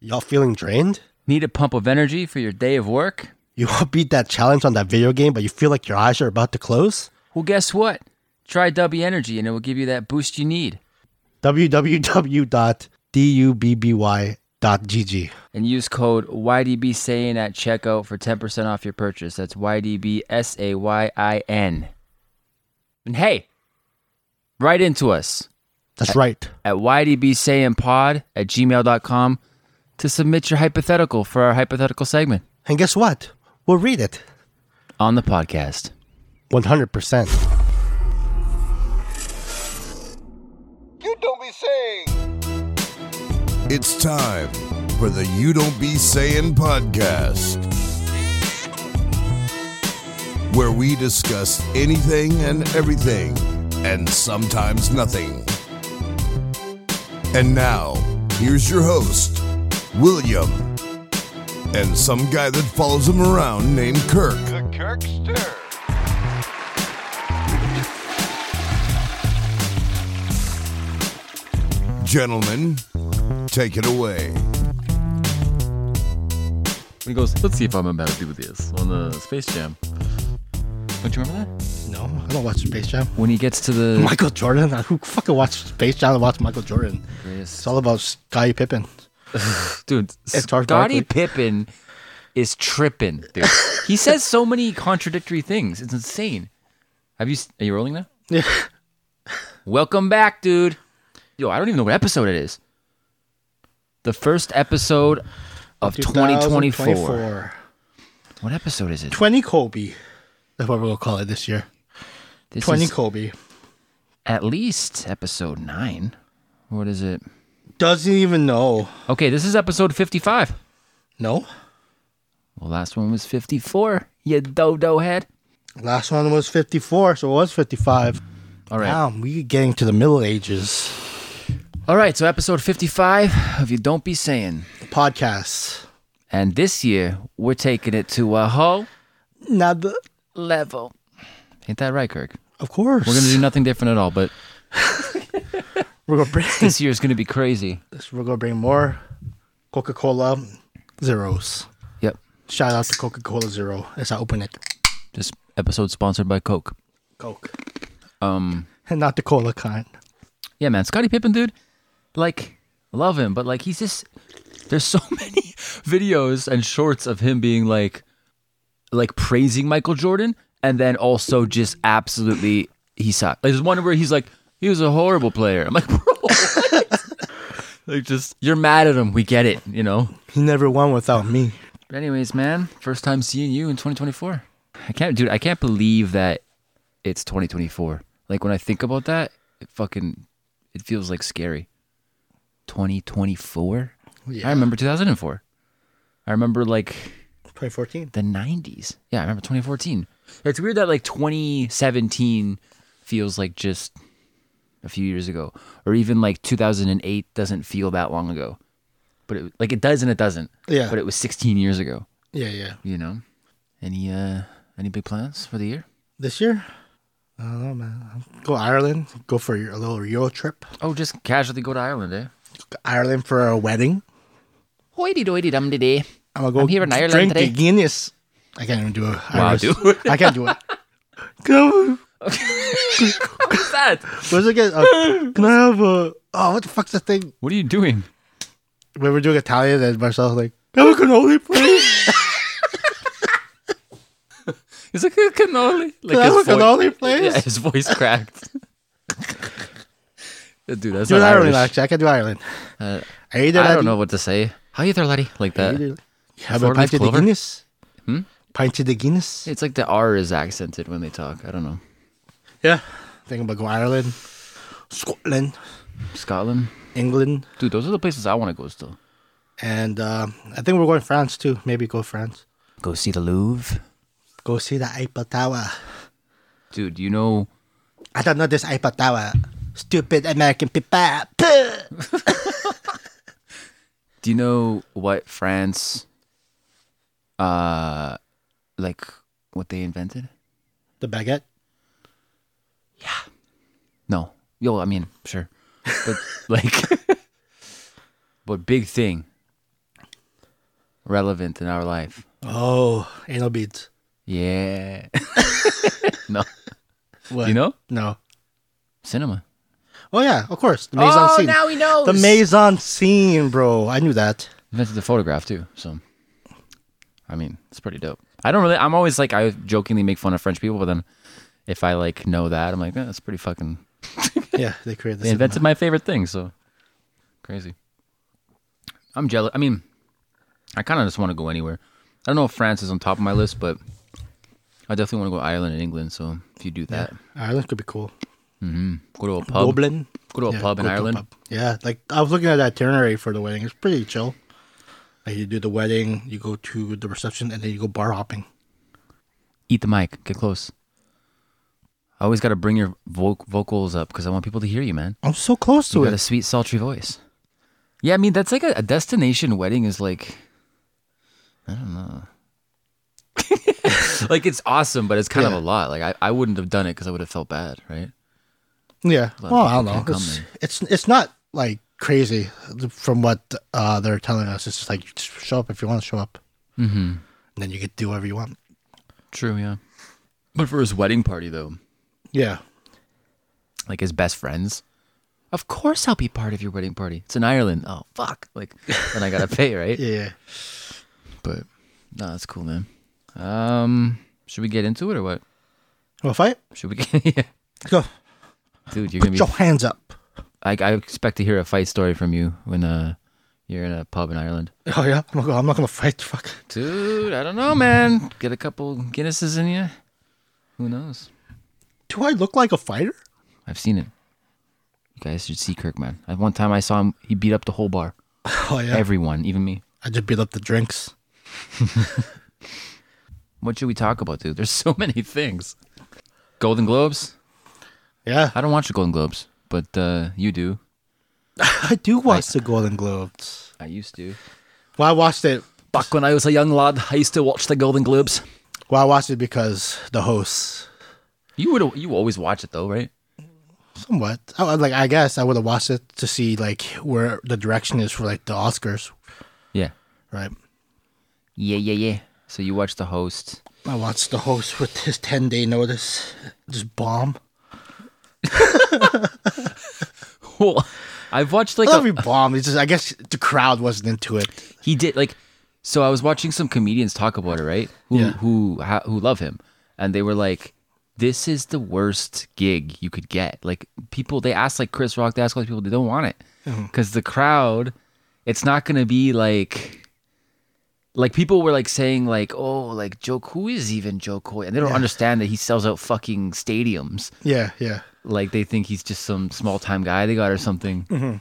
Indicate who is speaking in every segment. Speaker 1: Y'all feeling drained?
Speaker 2: Need a pump of energy for your day of work?
Speaker 1: You all beat that challenge on that video game, but you feel like your eyes are about to close?
Speaker 2: Well, guess what? Try W Energy and it will give you that boost you need.
Speaker 1: www.dubby.gg.
Speaker 2: And use code YDBSAYIN at checkout for 10% off your purchase. That's YDBSAYIN. And hey, write into us
Speaker 1: That's right.
Speaker 2: at YDBSayinPod at gmail.com to submit your hypothetical for our hypothetical segment
Speaker 1: And guess what? We'll read it.
Speaker 2: on the podcast.
Speaker 1: 100%.
Speaker 3: You don't be saying.
Speaker 4: It's time for the You Don't Be Saying podcast, where we discuss anything and everything, and sometimes nothing. And now, here's your host, William, and some guy that follows him around named Kirk.
Speaker 3: The Kirkster.
Speaker 4: Gentlemen, take it away.
Speaker 5: He goes, let's see if I'm about to do this on the Space Jam. Don't you remember that?
Speaker 1: No, I don't watch Space Jam.
Speaker 2: When he gets to the
Speaker 1: Michael Jordan? Who fucking watched Space Jam and watched Michael Jordan? It's all about Sky Pippen.
Speaker 5: Dude,
Speaker 1: Charles
Speaker 2: Scotty
Speaker 1: Barkley.
Speaker 2: Pippen is tripping, dude. he says so many contradictory things. It's insane. Have you? s- Are you rolling now?
Speaker 1: Yeah.
Speaker 2: Welcome back, dude. Yo, I don't even know what episode it is. The first episode of 2024.
Speaker 1: 2024.
Speaker 2: What episode is it?
Speaker 1: 20 Kobe. That's what we'll call it this year.
Speaker 2: This
Speaker 1: 20
Speaker 2: is
Speaker 1: Kobe.
Speaker 2: at least episode nine. What is it?
Speaker 1: Doesn't even know.
Speaker 2: Okay, this is episode 55.
Speaker 1: No.
Speaker 2: Well, last one was 54. You dodo head.
Speaker 1: Last one was 54, so it was 55.
Speaker 2: All right.
Speaker 1: Damn, we getting to the Middle Ages
Speaker 2: All right, so episode 55 of You Don't Be Saying.
Speaker 1: podcast.
Speaker 2: And this year, we're taking it to a whole
Speaker 1: Now, the,
Speaker 2: level. Ain't that right, Kirk?
Speaker 1: of course,
Speaker 2: We're going to do nothing different at all, but
Speaker 1: we're gonna bring
Speaker 2: this year's going to be crazy.
Speaker 1: we're gonna bring more Coca Cola zeros.
Speaker 2: Yep.
Speaker 1: Shout out to Coca Cola Zero as I open it.
Speaker 2: This episode sponsored by Coke.
Speaker 1: Coke,
Speaker 2: Um,
Speaker 1: and not the cola kind.
Speaker 2: yeah, man, Scottie Pippen, dude, like, love him, but like, he's just there's so many videos and shorts of him being like, like praising Michael Jordan, and then also just absolutely he sucked. Like, there's one where he's like, he was a horrible player. I'm like, bro, what?" like just you're mad at him. We get it, you know.
Speaker 1: He never won without me.
Speaker 2: But anyways, man, first time seeing you in 2024. I can't, dude. I can't believe that it's 2024. Like when I think about that, it fucking, it feels like scary. 2024. I remember 2004. I remember like
Speaker 1: 2014.
Speaker 2: the 90s. Yeah, I remember 2014. It's weird that like 2017 feels like just a few years ago, or even like 2008 doesn't feel that long ago. But it, like it does and it doesn't.
Speaker 1: Yeah.
Speaker 2: But it was 16 years ago
Speaker 1: Yeah, yeah.
Speaker 2: you know any uh any big plans for the year
Speaker 1: This year, I don't know, man. Go Ireland. Go for your- a little Euro trip.
Speaker 2: oh just casually go to ireland eh
Speaker 1: Ireland for a wedding.
Speaker 2: hoity doity dum dee
Speaker 1: I'm gonna go
Speaker 2: I'm here in Ireland
Speaker 1: drink
Speaker 2: today.
Speaker 1: the Guinness. I can't even do it.
Speaker 2: Wow, dude.
Speaker 1: I can't do it. Can I-
Speaker 2: what's that
Speaker 1: What's it again? Uh, can I have a? Oh, what the fuck's that thing?
Speaker 2: what are you doing
Speaker 1: When we're doing Italian, and Marcel's like, "Can I have a cannoli, please?
Speaker 2: he's like a cannoli like
Speaker 1: Can I have a
Speaker 2: his, voice,
Speaker 1: cannoli, please?"
Speaker 2: yeah, his voice cracked dude that's
Speaker 1: Do an
Speaker 2: not
Speaker 1: Ireland,
Speaker 2: Irish.
Speaker 1: actually. I can do Ireland.
Speaker 2: Uh,
Speaker 1: I either
Speaker 2: i don't know what to say how you there laddie like that
Speaker 1: Either, have a
Speaker 2: four-leaf
Speaker 1: pint of the
Speaker 2: clover? Hmm?
Speaker 1: Guinness. Pint of the Guinness.
Speaker 2: it's like the r is accented when they talk i don't know
Speaker 1: Yeah. Think about go Ireland, Scotland,
Speaker 2: scotland
Speaker 1: England,
Speaker 2: dude those are the places i want to go still
Speaker 1: and um I think we're going France too. Maybe go France.
Speaker 2: go see the louvre
Speaker 1: Go see the Eiffel Tower.
Speaker 2: dude you know
Speaker 1: I don't know this Eiffel Tower. Stupid American people. Puh.
Speaker 2: Do you know what France, uh, like what they invented?
Speaker 1: The baguette.
Speaker 2: No, yo, I mean, sure, but like, but big thing, relevant in our life.
Speaker 1: Oh, anal beads.
Speaker 2: Yeah.
Speaker 1: What?
Speaker 2: Do you know?
Speaker 1: No.
Speaker 2: Cinema.
Speaker 1: Oh yeah, of course. The maison scene.
Speaker 2: we know.
Speaker 1: the maison scene, bro. I knew that.
Speaker 2: invented the photograph too. So, I mean, it's pretty dope. I don't really. I'm always like I jokingly make fun of French people, but then if I like know that, I'm like, eh, that's pretty fucking.
Speaker 1: Yeah, they created
Speaker 2: They
Speaker 1: this.
Speaker 2: invented my favorite thing, so crazy. I'm jealous. I mean, I kind of just want to go anywhere. I don't know if France is on top of my list, but I definitely want to go to Ireland and England. So if you do that,
Speaker 1: Ireland could be cool.
Speaker 2: go to a pub.
Speaker 1: Dublin.
Speaker 2: Go to a
Speaker 1: Yeah,
Speaker 2: pub in
Speaker 1: go to a
Speaker 2: Ireland.
Speaker 1: pub. Yeah, like I was looking at that itinerary for the wedding. It's pretty chill. Like you do the wedding, you go to the reception, and then you go bar hopping.
Speaker 2: Eat the mic. Get close. I always got to bring your voc vocals up because I want people to hear you, man.
Speaker 1: I'm so close to it.
Speaker 2: You got a sweet, sultry voice. Yeah, I mean that's like a, a destination wedding is like, I don't know. like it's awesome, but it's kind
Speaker 1: Yeah.
Speaker 2: of a lot. Like I, I wouldn't have done it because I would have felt bad, right?
Speaker 1: Yeah.
Speaker 2: lot of
Speaker 1: Well, I don't
Speaker 2: people
Speaker 1: know.
Speaker 2: can't come
Speaker 1: It's, it's it's not like crazy from what uh, they're telling us. It's just like just show up if you want to show up, mm-hmm. and then you can do whatever you want.
Speaker 2: True, yeah. But for his wedding party though,
Speaker 1: Yeah.
Speaker 2: like his best friends, of course I'll be part of your wedding party. It's in Ireland. Oh fuck! Like, and I gotta pay, right?
Speaker 1: Yeah.
Speaker 2: But no, that's cool, man. Um, should we get into it or what?
Speaker 1: Well, fight.
Speaker 2: Should we? Get, yeah,
Speaker 1: Go.
Speaker 2: dude, you're
Speaker 1: Put
Speaker 2: gonna be
Speaker 1: your hands up.
Speaker 2: I, I expect to hear a fight story from you when uh you're in a pub in Ireland.
Speaker 1: Oh yeah. I'm not gonna, I'm not gonna fight. Fuck.
Speaker 2: Dude, I don't know, man. Get a couple Guinnesses in you. Who knows?
Speaker 1: Do I look like a fighter?
Speaker 2: I've seen it. You guys should see Kirk, man. I, one time I saw him. He beat up the whole bar.
Speaker 1: Oh yeah.
Speaker 2: Everyone, even me.
Speaker 1: I just beat up the drinks.
Speaker 2: What should we talk about, dude? There's so many things. Golden Globes.
Speaker 1: Yeah.
Speaker 2: I don't watch the Golden Globes, but uh, you do.
Speaker 1: I do watch the Golden Globes.
Speaker 2: I used to.
Speaker 1: Well, I watched it.
Speaker 2: Back when I was a young lad, I used to watch the Golden Globes.
Speaker 1: Well, I watched it because the hosts.
Speaker 2: You would. You always watch it though, right?
Speaker 1: Somewhat. I, I- like I guess I would have watched it to see like where the direction is for like the Oscars,
Speaker 2: Yeah.
Speaker 1: right?
Speaker 2: Yeah, yeah, yeah. So you watch the host.
Speaker 1: I watched the host with his 10 day notice just bomb.
Speaker 2: Well, I've watched like
Speaker 1: I love
Speaker 2: a,
Speaker 1: he bombed. It's just, I guess the crowd wasn't into it.
Speaker 2: he did like so I was watching some comedians talk about it, right? Who
Speaker 1: Yeah.
Speaker 2: who ha, who love him. And they were like this is the worst gig you could get. Like people they asked like Chris Rock, they asked all these people they don't want it.
Speaker 1: Uh-huh.
Speaker 2: Cuz the crowd it's not going to be like like people were like saying like oh like Joe who is even Joe Coy and they don't understand that he sells out fucking stadiums
Speaker 1: Yeah, yeah.
Speaker 2: like they think he's just some small time guy they got or something,
Speaker 1: Mm-hmm.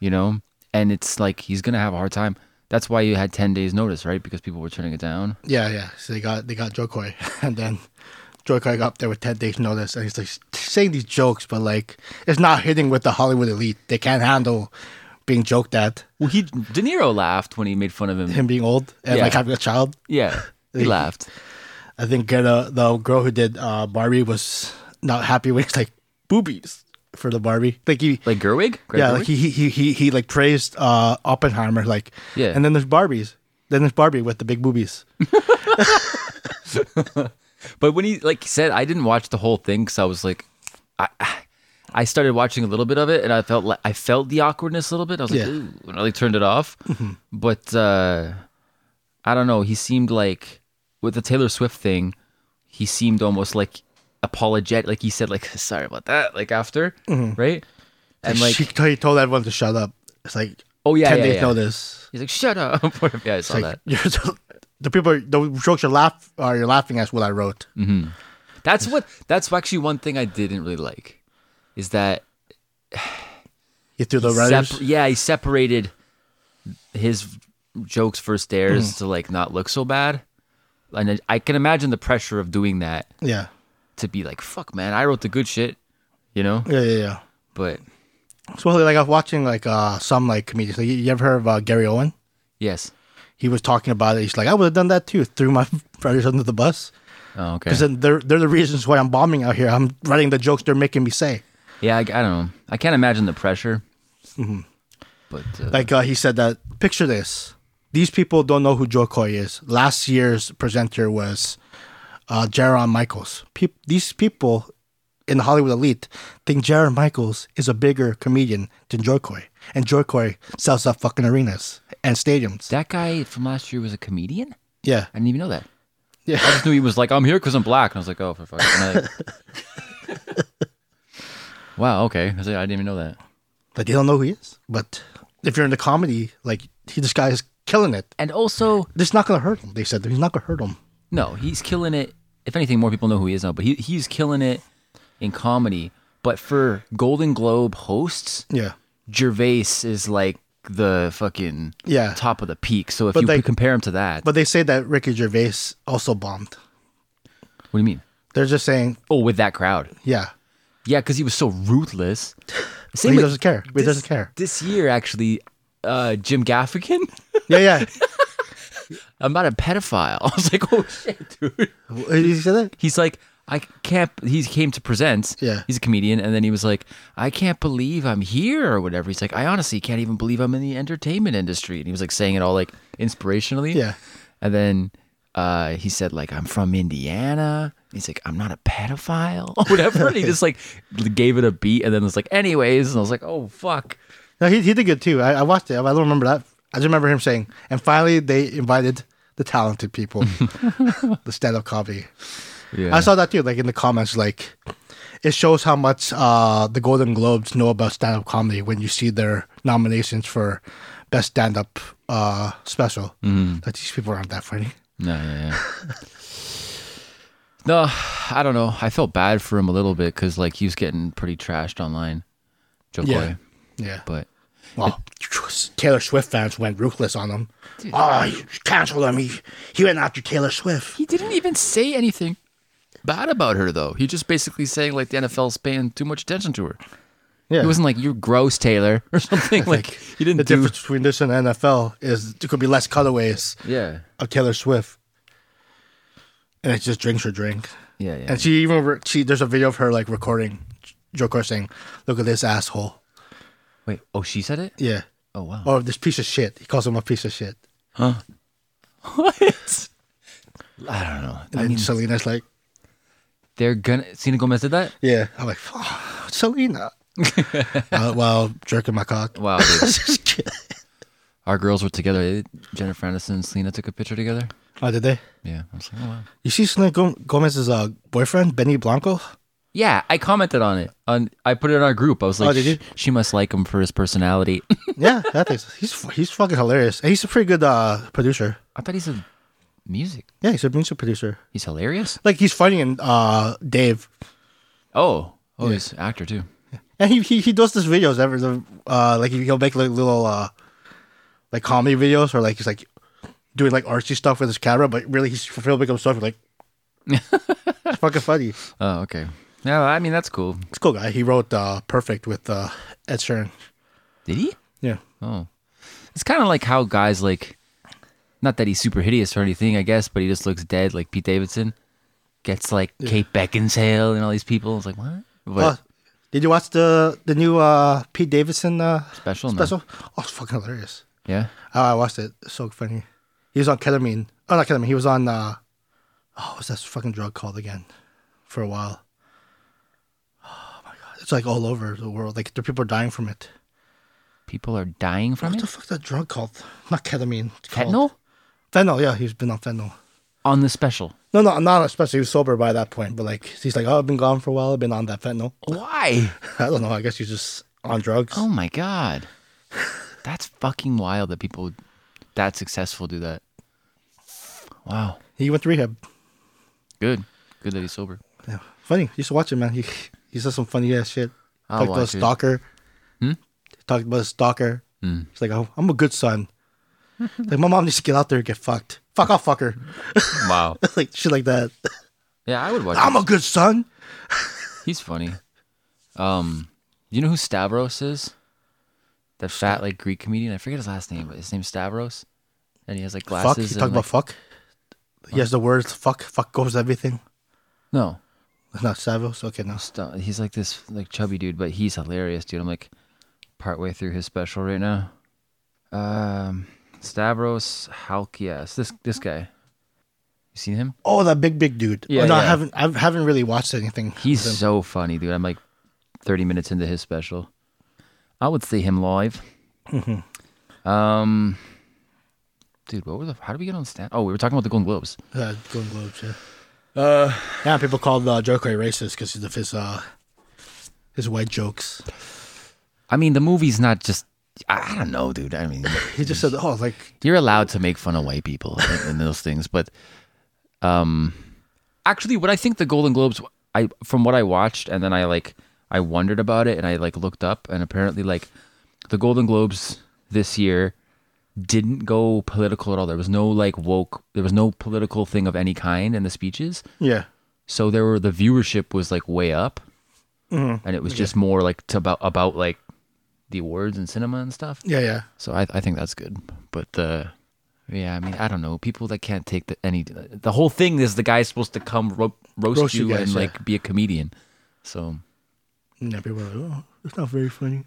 Speaker 2: you know. And it's like he's gonna have a hard time. That's why you had ten days notice, right? Because people were turning it down.
Speaker 1: Yeah, yeah. So they got they got Jokoi and then Jokoi got up there with 10 days notice and he's like saying these jokes but like it's not hitting with the Hollywood elite. They can't handle being joked at,
Speaker 2: Well, he De Niro laughed when he made fun of him.
Speaker 1: him being old and
Speaker 2: Yeah.
Speaker 1: like having a child.
Speaker 2: Yeah, he laughed.
Speaker 1: I think uh, the, the girl who did uh, Barbie was not happy when it's like boobies for the Barbie. Like he
Speaker 2: Like Gerwig. Greg
Speaker 1: yeah,
Speaker 2: Gerwig?
Speaker 1: like he, he he he he like praised uh Oppenheimer, like
Speaker 2: Yeah.
Speaker 1: And then there's Barbies. Then there's Barbie with the big boobies.
Speaker 2: But when he like said, I didn't watch the whole thing because I was like, I, I started watching a little bit of it and I felt like I felt the awkwardness a little bit. I was like,
Speaker 1: Yeah. Mm-hmm.
Speaker 2: ooh, and I like turned it off. But uh, I don't know. He seemed like with the Taylor Swift thing, he seemed almost like apologetic. Like he said, like sorry about that. Like after, right? And like
Speaker 1: Mm-hmm. she he told everyone to shut up. It's like
Speaker 2: Oh, yeah,
Speaker 1: ten
Speaker 2: yeah,
Speaker 1: days
Speaker 2: yeah.
Speaker 1: notice.
Speaker 2: he's like, shut up. yeah, I saw
Speaker 1: It's
Speaker 2: that.
Speaker 1: like you're the, the people are- the jokes you're laugh are you're laughing at is what I wrote.
Speaker 2: That's what. That's actually one thing I didn't really like, is that
Speaker 1: You threw the
Speaker 2: Sep-
Speaker 1: writers.
Speaker 2: yeah, he separated his jokes first
Speaker 1: Hmm.
Speaker 2: dares to like not look so bad. And then I can imagine the pressure of doing that
Speaker 1: yeah,
Speaker 2: to be like, fuck man, I wrote the good shit, you know?
Speaker 1: yeah, yeah, yeah.
Speaker 2: But
Speaker 1: So like I was watching like uh some like comedians. Like, you, you ever heard of uh, Gary Owen?
Speaker 2: yes.
Speaker 1: He was talking about it. He's like, I would have done that too. Threw my writers under the bus
Speaker 2: Oh, okay.
Speaker 1: because then they're they're the reasons why I'm bombing out here. I'm writing the jokes they're making me say.
Speaker 2: yeah, I, I don't know. I
Speaker 1: Mm-hmm.
Speaker 2: can't imagine the pressure. But uh,
Speaker 1: Like uh, he said that. Picture this: these people don't know who Joe Coy is. Last year's presenter was uh, Jaron Michaels. Peop these people in the Hollywood elite think Jaron Michaels is a bigger comedian than Joe Coy, and Joe Coy sells out fucking arenas and stadiums.
Speaker 2: That guy from last year was a comedian.
Speaker 1: yeah,
Speaker 2: I didn't even know that.
Speaker 1: Yeah.
Speaker 2: I just knew he was like, I'm here because I'm black. And I was like, oh, for fuck's sake. wow, okay. I was like, I didn't even know that.
Speaker 1: but they don't know who he is. But if you're in the comedy, like he, this guy is killing it.
Speaker 2: And also,
Speaker 1: It's not gonna hurt him. They said he's not gonna hurt him.
Speaker 2: no, he's killing it. If anything, more people know who he is now, but he, he's killing it in comedy. But for Golden Globe hosts,
Speaker 1: Yeah,
Speaker 2: Gervais is like the fucking
Speaker 1: Yeah.
Speaker 2: top of the peak. So if
Speaker 1: But
Speaker 2: you
Speaker 1: like-
Speaker 2: compare him to that,
Speaker 1: but they say that Ricky Gervais also bombed.
Speaker 2: what do you mean?
Speaker 1: They're just saying,
Speaker 2: Oh, with that crowd.
Speaker 1: yeah,
Speaker 2: Yeah, because he was so ruthless. Same
Speaker 1: he
Speaker 2: with-
Speaker 1: doesn't care. He
Speaker 2: this-
Speaker 1: doesn't care.
Speaker 2: This year, actually, uh, Jim Gaffigan.
Speaker 1: yeah, yeah.
Speaker 2: I'm not a pedophile. I was like, oh shit, dude.
Speaker 1: He said that.
Speaker 2: He's like, I can't. He came to present.
Speaker 1: Yeah.
Speaker 2: He's a comedian, and then he was like, I can't believe I'm here or whatever. He's like, I honestly can't even believe I'm in the entertainment industry. And he was like saying it all like inspirationally.
Speaker 1: Yeah.
Speaker 2: And then uh, he said like, I'm from Indiana. He's like, I'm not a pedophile or whatever. and he just like gave it a beat, and then was like, anyways. And I was like, oh fuck.
Speaker 1: No, he, he did good too. I, I watched it. I don't remember that. I just remember him saying, and finally they invited the talented people, the stand up comedy.
Speaker 2: Yeah.
Speaker 1: I saw that too, like in the comments, like it shows how much uh, the Golden Globes know about stand up comedy when you see their nominations for best stand up uh, special. That these people aren't that funny.
Speaker 2: No, yeah, yeah. no, I don't know. I felt bad for him a little bit because like he was getting pretty trashed online, Joe
Speaker 1: Yeah.
Speaker 2: Coy.
Speaker 1: Yeah.
Speaker 2: But
Speaker 1: Well, Taylor Swift fans went ruthless on him. oh, you canceled him. He, he went after Taylor Swift.
Speaker 2: he didn't even say anything bad about her though. He just basically saying like the NFL's paying too much attention to her.
Speaker 1: Yeah.
Speaker 2: He wasn't like you're gross, Taylor, or something. like
Speaker 1: the
Speaker 2: he didn't do.
Speaker 1: difference between this and NFL is there could be less cutaways
Speaker 2: Yeah,
Speaker 1: of Taylor Swift, and it's just drinks her drink.
Speaker 2: yeah, yeah.
Speaker 1: And she even re- she there's a video of her like recording Joe Coy saying, "Look at this asshole."
Speaker 2: Wait, oh, she said it.
Speaker 1: Yeah.
Speaker 2: Oh wow.
Speaker 1: Or this piece of shit. He calls him a piece of shit.
Speaker 2: What? I don't know.
Speaker 1: And
Speaker 2: I
Speaker 1: then
Speaker 2: mean,
Speaker 1: Selena's like,
Speaker 2: they're gonna. Selena Gomez did that.
Speaker 1: "Yeah." I'm like, oh, "Selena." uh, while jerking my cock.
Speaker 2: Wow. dude.
Speaker 1: Just kidding.
Speaker 2: Our girls were together. They- Jennifer Aniston and Selena took a picture together.
Speaker 1: oh, did they?
Speaker 2: Yeah, I was like, oh wow.
Speaker 1: You see Selena Gom- Gomez's uh, boyfriend, Benny Blanco?
Speaker 2: Yeah, I commented on it. On I put it in our group. I was like,
Speaker 1: Oh, did you?
Speaker 2: "Sh- she must like him for his personality.
Speaker 1: Yeah, that is. He's he's fucking hilarious. And he's a pretty good uh, producer.
Speaker 2: I thought he's a music.
Speaker 1: Yeah, he's a music producer.
Speaker 2: He's hilarious.
Speaker 1: Like he's funny in uh, Dave,
Speaker 2: Oh, oh, he's an actor too.
Speaker 1: and he he, he does these videos every the, uh, like he'll make like little uh, like comedy videos or like he's like doing like artsy stuff with his camera, but really he's filming himself. Like it's fucking funny.
Speaker 2: Oh, okay. No, I mean that's cool.
Speaker 1: It's a cool guy. He wrote uh, "Perfect" with uh, Ed Sheeran.
Speaker 2: Did he?
Speaker 1: Yeah,
Speaker 2: Oh, it's kind of like how guys like. Not that he's super hideous or anything, I guess, but he just looks dead, like Pete Davidson. Gets like Kate Beckinsale and all these people. It's like what? But
Speaker 1: Uh, did you watch the the new uh, Pete Davidson uh,
Speaker 2: Special? No.
Speaker 1: Special? Oh, it's fucking hilarious.
Speaker 2: yeah.
Speaker 1: Oh, I watched it. It's so funny. He was on ketamine. Oh, not ketamine. He was on. uh Oh, what's that fucking drug called again? For a while. Oh my god, it's like all over the world. Like there people are dying from it.
Speaker 2: People are dying from
Speaker 1: What
Speaker 2: it.
Speaker 1: the fuck's that drug called? Not ketamine. It's called-
Speaker 2: Fentanyl
Speaker 1: Fentanyl. Yeah, he's been on fentanyl.
Speaker 2: on the special.
Speaker 1: No, no, not especially. He was sober by that point, but like he's like, oh, I've been gone for a while. I've been on that fentanyl.
Speaker 2: Why?
Speaker 1: I don't know. I guess he's just on drugs.
Speaker 2: Oh my god. That's fucking wild that people that successful do that. Wow.
Speaker 1: He went to rehab.
Speaker 2: Good. Good that he's sober.
Speaker 1: Yeah. Funny. You should watch it, man. He he says some funny ass shit.
Speaker 2: I'll
Speaker 1: Talked about
Speaker 2: watch it. Hmm?
Speaker 1: stalker. Talked about stalker. He's like, oh, I'm a good son. like my mom needs to get out there and get fucked. Fuck off, fucker.
Speaker 2: Wow.
Speaker 1: like shit like that.
Speaker 2: Yeah, I would watch
Speaker 1: I'm
Speaker 2: him.
Speaker 1: a good son.
Speaker 2: He's funny. Um you know who Stavros is? That fat like Greek comedian. I forget his last name, but his name's Stavros. And he has like
Speaker 1: fuck.
Speaker 2: glasses.
Speaker 1: You
Speaker 2: and,
Speaker 1: talk about
Speaker 2: like-
Speaker 1: fuck. He has the words fuck. Fuck goes everything.
Speaker 2: No.
Speaker 1: It's not Savos. Okay, no.
Speaker 2: Sta- He's like this like chubby dude, but he's hilarious, dude. I'm like partway through his special right now. Um Stavros Halkias. This this guy. You seen him?
Speaker 1: Oh, that big big dude.
Speaker 2: Yeah,
Speaker 1: oh, no, I
Speaker 2: yeah.
Speaker 1: haven't. I haven't really watched anything.
Speaker 2: He's
Speaker 1: with him.
Speaker 2: so funny, dude. I'm like 30 minutes into his special. I would see him live. um, dude, what were the? How did we get on stand? Oh, we were talking about the Golden Globes.
Speaker 1: uh, Golden Globes. Yeah. yeah, people called uh, Joe Coy racist because of his uh, his white jokes.
Speaker 2: I mean, the movie's not just. I I don't know, dude. I mean,
Speaker 1: He just said, "Oh, like
Speaker 2: you're allowed to make fun of white people and, and those things, but um, actually, what I think the Golden Globes, I from what I watched, and then I like I wondered about it, and I like looked up, and apparently, like the Golden Globes this year didn't go political at all. There was no like woke. There was no political thing of any kind in the speeches.
Speaker 1: yeah,
Speaker 2: So there were the viewership was like way up, and it was just more like to about about like the awards and cinema and stuff.
Speaker 1: yeah, yeah."
Speaker 2: So I, I think that's good. But uh, yeah, I mean, I don't know. People that can't take the, any. The whole thing is the guy's supposed to come ro- roast,
Speaker 1: Roast you
Speaker 2: you,
Speaker 1: guys,
Speaker 2: and
Speaker 1: yeah.
Speaker 2: like be a comedian. So
Speaker 1: And then people were like, "Oh, it's not very funny."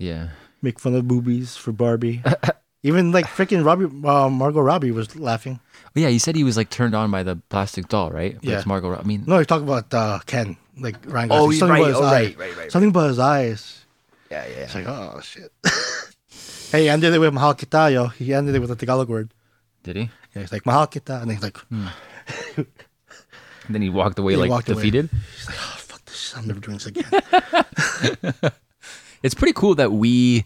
Speaker 2: yeah,
Speaker 1: Make fun of boobies for Barbie. Even like freaking Robbie, uh, Margot Robbie was laughing.
Speaker 2: But yeah. You said he was like turned on by the plastic doll, right? But
Speaker 1: Yeah.
Speaker 2: It's Margot. Ro- I mean,
Speaker 1: No, you're talking about uh, Ken, like Ryan Gosling.
Speaker 2: Oh, you're right.
Speaker 1: his
Speaker 2: Oh,
Speaker 1: eye-
Speaker 2: right, right, right,
Speaker 1: Something about his eyes.
Speaker 2: yeah, yeah.
Speaker 1: It's like, oh shit. hey, he ended it with mahal kita, yo. He ended it with a Tagalog word.
Speaker 2: Did he?
Speaker 1: Yeah, he's like mahal kita, and he's like,
Speaker 2: Hmm. And then he walked away
Speaker 1: He
Speaker 2: like
Speaker 1: walked away.
Speaker 2: defeated.
Speaker 1: he's like, oh fuck this, shit. I'm never doing this again.
Speaker 2: It's pretty cool that we.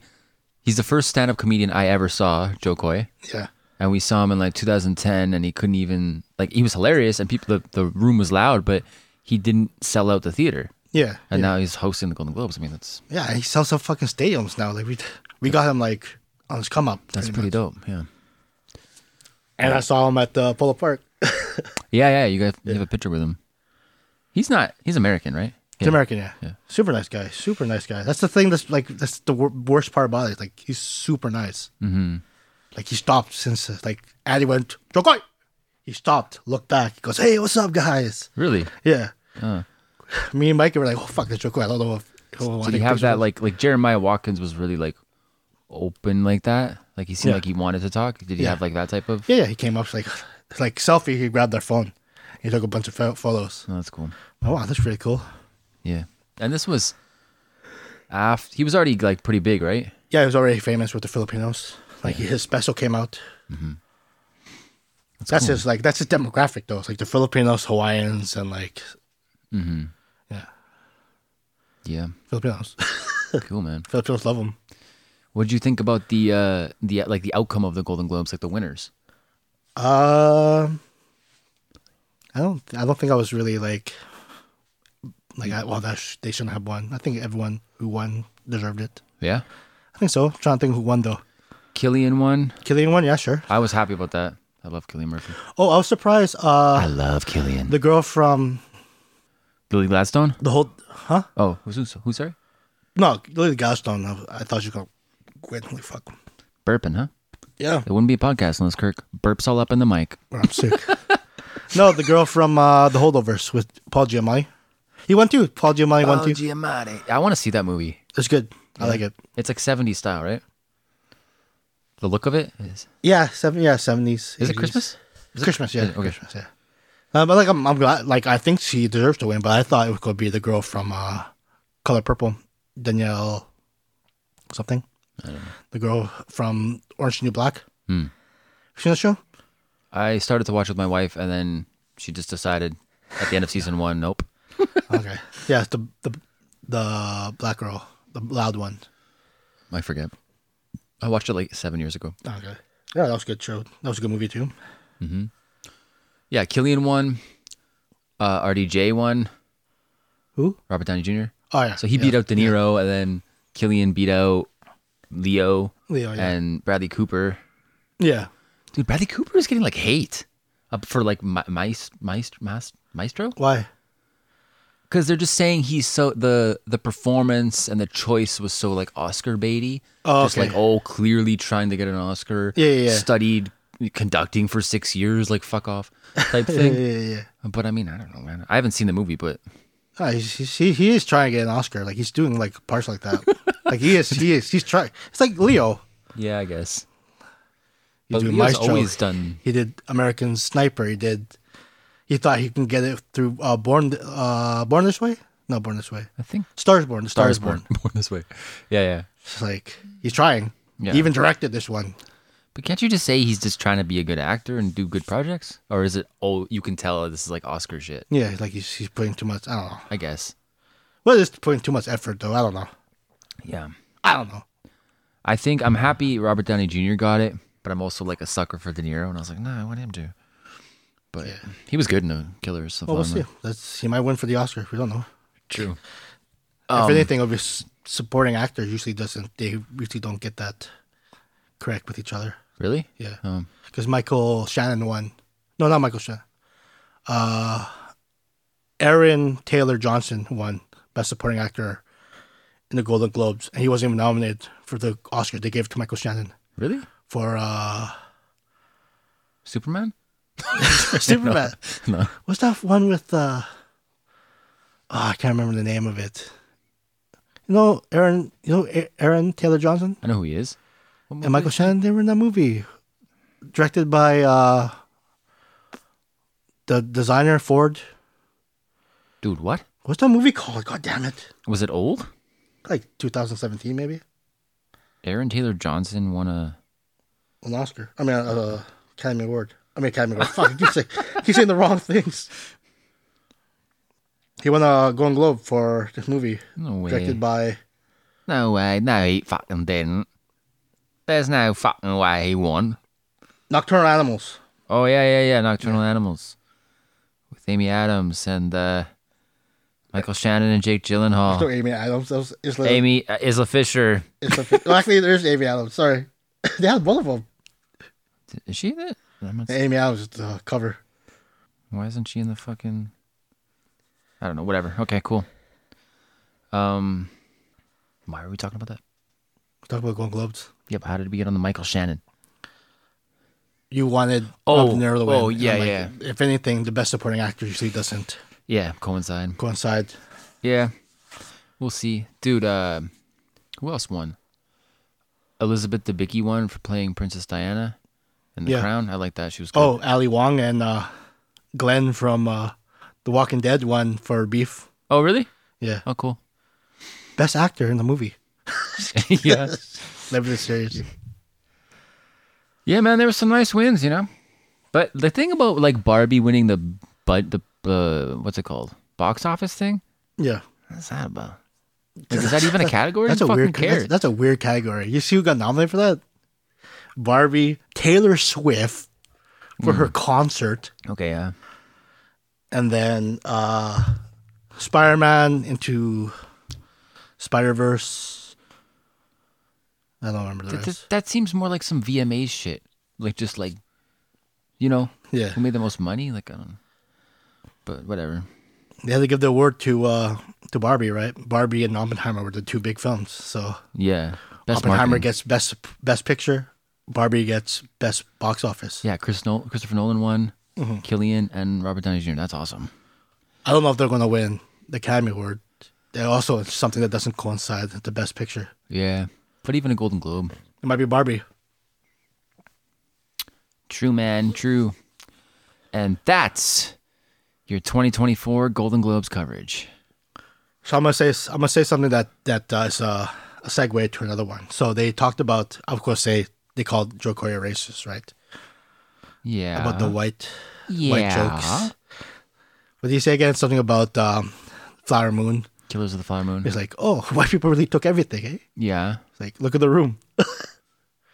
Speaker 2: He's the first stand-up comedian I ever saw, Joe Coy.
Speaker 1: yeah,
Speaker 2: and we saw him in like 2010 and he couldn't even like he was hilarious and people the, the room was loud but he didn't sell out the theater
Speaker 1: yeah,
Speaker 2: and
Speaker 1: yeah.
Speaker 2: now he's hosting the golden globes i mean that's
Speaker 1: yeah. He sells some fucking stadiums now. Like we, we got him like on his come up.
Speaker 2: that's pretty
Speaker 1: much.
Speaker 2: dope yeah
Speaker 1: And I saw him at the Polo Park.
Speaker 2: yeah yeah you guys you have a picture with him he's not he's american right
Speaker 1: He's
Speaker 2: Yeah.
Speaker 1: American, yeah. Super nice guy. Super nice guy. That's the thing. That's like that's the wor- worst part about it. Like he's super nice. Mm-hmm. Like he stopped since uh, like Addy went Jokoi. He stopped, looked back. He goes, "Hey, what's up, guys?"
Speaker 2: really
Speaker 1: Yeah. Me and Mikey were like, "Oh fuck, that's Jokoi." I don't know if he'll want
Speaker 2: did he
Speaker 1: to
Speaker 2: have
Speaker 1: picture
Speaker 2: that
Speaker 1: with-
Speaker 2: like like jeremiah watkins was really like open like that like he seemed
Speaker 1: Yeah.
Speaker 2: like he wanted to talk did he
Speaker 1: Yeah.
Speaker 2: have like that type of
Speaker 1: Yeah, yeah. He came up like like selfie. He grabbed their phone. He took a bunch of fo- photos.
Speaker 2: oh, that's cool
Speaker 1: Oh, wow, that's pretty cool.
Speaker 2: yeah and this was after he was already like pretty big right
Speaker 1: Yeah, he was already famous with the Filipinos. Like his special came out. That's, his like that's his demographic though. It's like the Filipinos, Hawaiians, and like yeah,
Speaker 2: yeah
Speaker 1: Filipinos.
Speaker 2: cool man
Speaker 1: Filipinos love him.
Speaker 2: What did you think about the uh, the like the outcome of the Golden Globes, like the winners?
Speaker 1: Um, I don't. I don't think I was really like like I, well that sh- they shouldn't have won. I think everyone who won deserved it.
Speaker 2: Yeah,
Speaker 1: I think so. I'm trying to think who won though.
Speaker 2: Killian won.
Speaker 1: Killian won. Yeah, sure.
Speaker 2: I was happy about that. I love Killian Murphy.
Speaker 1: Oh, I was surprised.
Speaker 2: I
Speaker 1: Uh,
Speaker 2: love Killian.
Speaker 1: the girl from
Speaker 2: Lily Gladstone.
Speaker 1: the whole huh?
Speaker 2: Oh, who's who's, who's sorry?
Speaker 1: No, Lily Gladstone. I, I thought you were going Gwen. Holy fuck.
Speaker 2: Burping, huh?
Speaker 1: Yeah.
Speaker 2: It wouldn't be a podcast unless Kirk burps all up in the mic.
Speaker 1: I'm sick. no, the girl from uh, The Holdovers with Paul Giamatti. He went too. Paul Giamatti went too.
Speaker 2: Giamatti. I want to see that movie.
Speaker 1: It's good. I like it.
Speaker 2: It's like '70s style, right? The look of it is.
Speaker 1: Yeah, seven. Yeah, seventies.
Speaker 2: Is it Christmas?
Speaker 1: Christmas. Yeah.
Speaker 2: Is it? Okay.
Speaker 1: Christmas. Yeah. Uh, but like I'm, I'm glad. Like I think she deserves to win, but I thought it was going to be the girl from uh, Color Purple, Danielle, something. The girl from Orange is the New Black. Hmm. Seen the show?
Speaker 2: I started to watch with my wife, and then she just decided at the end of season one, nope.
Speaker 1: Okay. Yeah, it's the the the black girl, the loud one.
Speaker 2: I forget. I watched it like seven years ago.
Speaker 1: Okay. Yeah, that was a good show. That was a good movie too.
Speaker 2: Yeah, Killian won. Uh, RDJ won.
Speaker 1: Who?
Speaker 2: Robert Downey Jr.
Speaker 1: Oh yeah.
Speaker 2: So he
Speaker 1: yeah.
Speaker 2: beat out De Niro, and then Killian beat out Leo,
Speaker 1: Leo, Oh, yeah.
Speaker 2: and Bradley Cooper.
Speaker 1: Yeah.
Speaker 2: Dude, Bradley Cooper is getting like hate up for like Ma- Maest- Maest- Maest- Maestro
Speaker 1: Why?
Speaker 2: because they're just saying he's so the the performance and the choice was so like Oscar baity.
Speaker 1: Oh,
Speaker 2: just
Speaker 1: okay.
Speaker 2: like oh, clearly trying to get an Oscar.
Speaker 1: Yeah, yeah, yeah.
Speaker 2: Studied conducting for six years, like fuck off type
Speaker 1: Yeah,
Speaker 2: thing.
Speaker 1: yeah, yeah, yeah.
Speaker 2: But I mean, I don't know, man. I haven't seen the movie, but
Speaker 1: Ah, he's, he's, he he is trying to get an Oscar. Like he's doing like parts like that. like he is, he is, he's trying. It's like Leo.
Speaker 2: yeah, I guess.
Speaker 1: He
Speaker 2: But
Speaker 1: did
Speaker 2: Leo's
Speaker 1: Maestro.
Speaker 2: always done-
Speaker 1: He did American Sniper. He did. He thought he can get it through uh, Born uh, Born This Way. No, Born This Way.
Speaker 2: I think
Speaker 1: Stars Born. The Stars,
Speaker 2: Stars
Speaker 1: Born.
Speaker 2: born. born this way. Yeah, yeah.
Speaker 1: It's like he's trying.
Speaker 2: Yeah.
Speaker 1: He even directed this one.
Speaker 2: But can't you just say he's just trying to be a good actor and do good projects? Or is it oh you can tell this is like Oscar shit?
Speaker 1: Yeah, like he's, he's putting too much. I don't know.
Speaker 2: I guess.
Speaker 1: Well, it's putting too much effort though. I don't know.
Speaker 2: Yeah.
Speaker 1: I don't know.
Speaker 2: I think I'm happy Robert Downey Jr. got it, but I'm also like a sucker for De Niro, and I was like, no, I want him to. But he was good in the Killers.
Speaker 1: Well, we'll see. That's, he might win for the Oscar. We don't know.
Speaker 2: True.
Speaker 1: if anything, of his supporting actor usually doesn't. They usually don't get that correct with each other.
Speaker 2: Really?
Speaker 1: Yeah,
Speaker 2: Um,
Speaker 1: because Michael Shannon won. No, not Michael Shannon. Uh, Aaron Taylor Johnson won Best Supporting Actor in the Golden Globes, and he wasn't even nominated for the Oscar. They gave it to Michael Shannon
Speaker 2: Really?
Speaker 1: for uh,
Speaker 2: Superman?
Speaker 1: Superman.
Speaker 2: No.
Speaker 1: What's that one with? Uh, oh, I can't remember the name of it. You know, Aaron. You know, A- Aaron Taylor Johnson.
Speaker 2: I know who he is.
Speaker 1: and Michael Shannon they were in that movie, directed by uh, the designer Ford.
Speaker 2: Dude, what?
Speaker 1: What's that movie called? God damn it!
Speaker 2: Was it old?
Speaker 1: Like 2017, maybe
Speaker 2: Aaron Taylor Johnson won a.
Speaker 1: an Oscar. I mean, uh, Academy Award. I mean, Academy Award. Fuck, I keep saying, keep saying the wrong things. He won a Golden Globe for this movie,
Speaker 2: No way.
Speaker 1: directed by.
Speaker 2: No way. No, he fucking didn't. There's no fucking way he won.
Speaker 1: Nocturnal Animals.
Speaker 2: Oh yeah, yeah, yeah. Nocturnal Animals with Amy Adams and uh, Michael Shannon and Jake
Speaker 1: So
Speaker 2: Gyllenhaal.
Speaker 1: Amy Adams. That was Isla,
Speaker 2: Oh. Amy uh, Isla Fisher.
Speaker 1: Isla- well, actually, there's Amy Adams. Sorry, they had both of them.
Speaker 2: Is she in it? I'm not-
Speaker 1: Amy Adams is the cover.
Speaker 2: Why isn't she in the fucking? I don't know. Whatever. Okay, cool. Um, why are we talking about that?
Speaker 1: Talk about Golden Globes.
Speaker 2: Yep. How did we get on the Michael Shannon?
Speaker 1: you wanted
Speaker 2: Oh,
Speaker 1: Robert De Niro to win.
Speaker 2: oh,
Speaker 1: And
Speaker 2: yeah,
Speaker 1: I'm like,
Speaker 2: yeah.
Speaker 1: If anything, the best supporting actor usually doesn't
Speaker 2: Yeah, coincide.
Speaker 1: coincide.
Speaker 2: Yeah, we'll see, dude. Uh, who else won? Elizabeth Debicki won for playing Princess Diana in The
Speaker 1: Yeah.
Speaker 2: Crown. I like that. She was good.
Speaker 1: Oh, Ali Wong and uh, Glenn from uh, The Walking Dead won for Beef.
Speaker 2: Oh, really?
Speaker 1: Yeah,
Speaker 2: Oh, cool.
Speaker 1: best actor in the movie.
Speaker 2: yeah.
Speaker 1: Never this series.
Speaker 2: Yeah, man, there were some nice wins, you know. But the thing about like Barbie winning the but the uh, what's it called box office thing?
Speaker 1: Yeah,
Speaker 2: What's that about? Like, is that even a category?
Speaker 1: that's
Speaker 2: Who
Speaker 1: a
Speaker 2: fucking
Speaker 1: weird.
Speaker 2: cares?
Speaker 1: That's, that's a weird category. You see who got nominated for that? Barbie, Taylor Swift for
Speaker 2: Mm.
Speaker 1: her concert,
Speaker 2: okay, yeah.
Speaker 1: and then uh, Spider Man into Spider Verse. I don't remember the
Speaker 2: That,
Speaker 1: rest.
Speaker 2: that, that seems more like some VMA shit. Like just like, you know,
Speaker 1: Yeah.
Speaker 2: who made the most money? Like I don't. know. But whatever.
Speaker 1: They had to give the award to uh, to Barbie, right? Barbie and Oppenheimer were the two big films. So
Speaker 2: Yeah. Best
Speaker 1: Oppenheimer
Speaker 2: marketing.
Speaker 1: gets best best picture, Barbie gets best box office.
Speaker 2: yeah, Chris Nol- Christopher Nolan won.
Speaker 1: Mm-hmm.
Speaker 2: Killian and Robert Downey Jr. That's awesome.
Speaker 1: I don't know if they're going to win the Academy Award. They're also it's something that doesn't coincide with the best picture.
Speaker 2: Yeah. But even a Golden Globe.
Speaker 1: It might be Barbie.
Speaker 2: True, man. True. And that's your 2024 Golden Globes coverage.
Speaker 1: So I'm gonna say I'm gonna say something that that uh, is a, a segue to another one. So they talked about, of course, they they called Joe Coy racist, right?
Speaker 2: Yeah.
Speaker 1: About the white white
Speaker 2: Yeah.
Speaker 1: jokes. What did you say again? Something about um, Flower Moon.
Speaker 2: Killers of the Flower Moon.
Speaker 1: It's like, oh, white people really took everything, eh?
Speaker 2: Yeah.
Speaker 1: It's like, look at the room.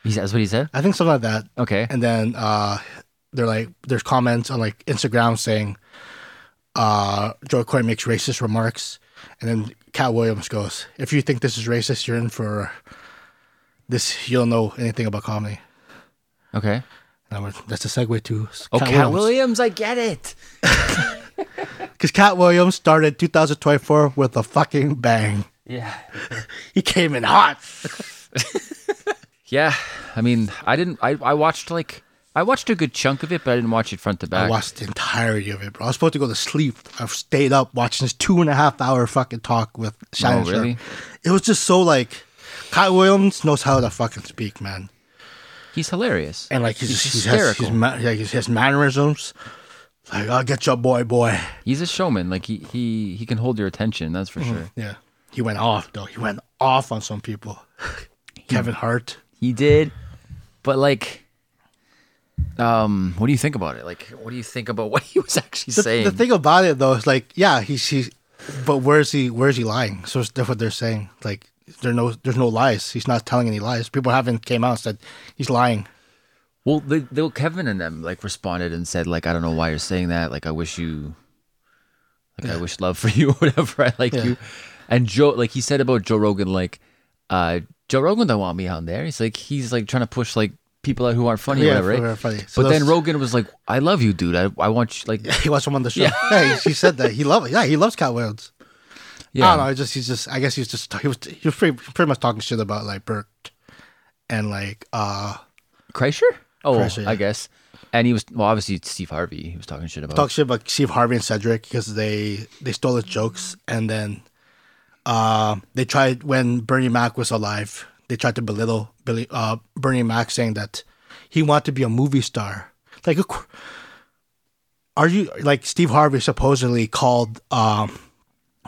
Speaker 2: He, that's what he said?
Speaker 1: I think something like that.
Speaker 2: Okay.
Speaker 1: And then uh, they're like, there's comments on like Instagram saying, uh, Joe Coy makes racist remarks. And then Cat Williams goes, if you think this is racist, you're in for this. You don't know anything about comedy.
Speaker 2: Okay.
Speaker 1: And I went, that's a segue to
Speaker 2: Oh, Cat, Williams. I get it.
Speaker 1: Because Cat Williams started 2024 with a fucking bang.
Speaker 2: Yeah.
Speaker 1: He came in hot.
Speaker 2: Yeah. I mean, I didn't, I, I watched like, I watched a good chunk of it, but I didn't watch it front to back.
Speaker 1: I watched the entirety of it, bro. I was supposed to go to sleep. I've stayed up watching this two and a half hour fucking talk with Shannon
Speaker 2: Oh,
Speaker 1: Sharp.
Speaker 2: really?
Speaker 1: It was just so like, Kyle Williams knows how to fucking speak, man.
Speaker 2: He's hilarious.
Speaker 1: and like he's
Speaker 2: He's
Speaker 1: he's, he's has
Speaker 2: hysterical.
Speaker 1: his ma- like he's- his mannerisms. Like I'll get your boy, boy.
Speaker 2: He's a showman. Like he he he can hold your attention. That's for sure.
Speaker 1: Yeah, he went off though. He went off on some people. Kevin Hart.
Speaker 2: He did, but like, um, what do you think about it? Like, what do you think about what he was actually
Speaker 1: The,
Speaker 2: saying?
Speaker 1: the thing about it though is like, yeah, he's he's, but where's he? Where's he lying? So that's what they're saying. Like there no there's no lies. He's not telling any lies. People haven't came out and said he's lying.
Speaker 2: Well, they, they, Kevin and them like responded and said like, I don't know why you're saying that. Like, I wish you, like, I wish love for you, whatever. I like you. And Joe, like he said about Joe Rogan, like, uh, Joe Rogan don't want me on there. He's like, he's like trying to push like people out who aren't funny, or
Speaker 1: Yeah,
Speaker 2: whatever.
Speaker 1: who
Speaker 2: right?
Speaker 1: aren't funny. So
Speaker 2: but then
Speaker 1: those-
Speaker 2: Rogan was like, I love you, dude. I, I want you. Like,
Speaker 1: He wants someone on the show. Yeah, he, he said that. He loves yeah he loves Cat Wilds.
Speaker 2: yeah,
Speaker 1: I don't know. It's just he's just. I guess he's just. He was. He was pretty, pretty much talking shit about like Burke, and like uh
Speaker 2: Kreischer. Oh,
Speaker 1: Kreischer, yeah.
Speaker 2: I guess. And he was well, obviously Steve Harvey. He was talking shit about.
Speaker 1: talk shit about Steve Harvey and Cedric because they they stole his jokes, and then uh, they tried when Bernie Mac was alive. They tried to belittle Billy, uh, Bernie Mac, saying that he wanted to be a movie star. Like, of cour- are you like Steve Harvey supposedly called um,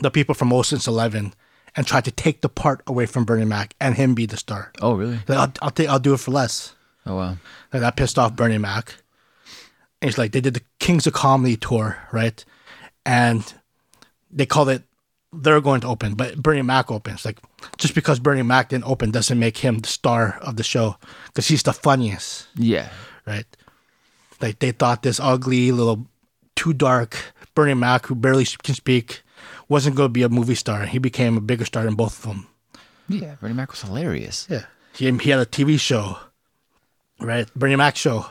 Speaker 1: the people from Ocean's Eleven and tried to take the part away from Bernie Mac and him be the star?
Speaker 2: oh, really?
Speaker 1: Like, I'll, I'll take, I'll do it for less.
Speaker 2: Oh, wow.
Speaker 1: Like that pissed off Bernie Mac. And it's like they did the Kings of Comedy tour, right? And they called it they're going to open, but Bernie Mac opens. Like just because Bernie Mac didn't open doesn't make him the star of the show because he's the funniest,
Speaker 2: Yeah.
Speaker 1: right? Like they thought this ugly little, too dark Bernie Mac who barely can speak wasn't going to be a movie star, and he became a bigger star than both of them.
Speaker 2: Yeah. Bernie Mac was hilarious.
Speaker 1: Yeah. He, he had a TV show, right? Bernie Mac show.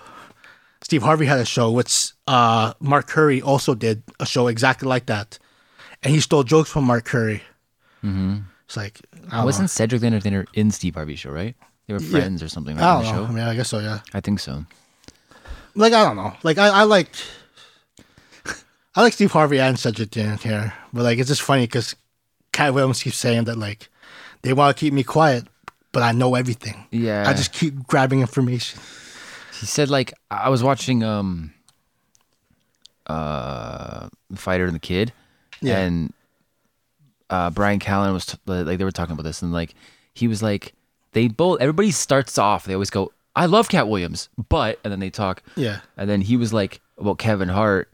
Speaker 1: Steve Harvey had a show, which uh, Mark Curry also did a show exactly like that. And he stole jokes from Mark Curry. Mm-hmm. It's like, I don't
Speaker 2: Wasn't Cedric the Entertainer in Steve Harvey's show, right? They were friends or something
Speaker 1: know.
Speaker 2: right,
Speaker 1: I
Speaker 2: on
Speaker 1: don't
Speaker 2: the
Speaker 1: know.
Speaker 2: show.
Speaker 1: I mean, I guess so, yeah.
Speaker 2: I think so.
Speaker 1: Like, I don't know. Like, I, I liked. I like Steve Harvey and Cedric in here, but like it's just funny because Cat Williams keeps saying that like they want to keep me quiet, but I know everything.
Speaker 2: Yeah.
Speaker 1: I just keep grabbing information.
Speaker 2: He said like I was watching um uh Fighter and the Kid
Speaker 1: Yeah.
Speaker 2: and uh Brian Callen was t- like they were talking about this and like he was like they both everybody starts off they always go I love Cat Williams but and then they talk
Speaker 1: Yeah.
Speaker 2: and then he was like about Kevin Hart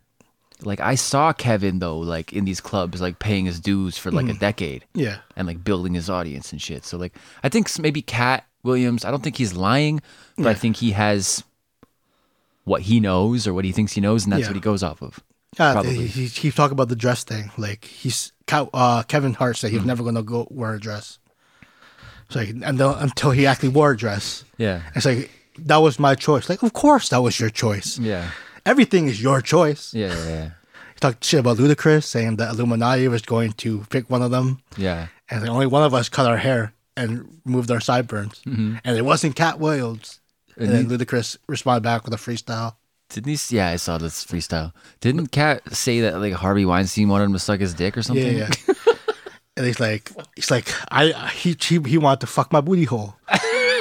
Speaker 2: like I saw Kevin though like in these clubs like paying his dues for
Speaker 1: Mm.
Speaker 2: like a decade
Speaker 1: Yeah.
Speaker 2: and like building his audience and shit. So like I think s- maybe Cat Williams, I don't think he's lying, but I think he has what he knows or what he thinks he knows and that's
Speaker 1: Yeah.
Speaker 2: what he goes off of.
Speaker 1: Yeah,
Speaker 2: Probably.
Speaker 1: he, Ah, he keeps talking about the dress thing. Like he's Cow- uh, Kevin Hart said he
Speaker 2: Hmm.
Speaker 1: was never going to go wear a dress. It's like and the- until he actually wore a dress.
Speaker 2: Yeah.
Speaker 1: It's like that was my choice. Like of course that was your choice.
Speaker 2: Yeah.
Speaker 1: Everything is your choice.
Speaker 2: Yeah, yeah, yeah.
Speaker 1: He talked shit about Ludacris saying that Illuminati was going to pick one of them,
Speaker 2: Yeah.
Speaker 1: and only one of us cut our hair and removed our sideburns,
Speaker 2: Mm-hmm.
Speaker 1: and it wasn't Cat Williams. And, then Ludacris responded back with a freestyle.
Speaker 2: Didn't he? s- Yeah, I saw this freestyle. Didn't Cat say that like Harvey Weinstein wanted him to suck his dick or something?
Speaker 1: Yeah, yeah. and he's like, he's like, I he he, he wanted to fuck my booty hole.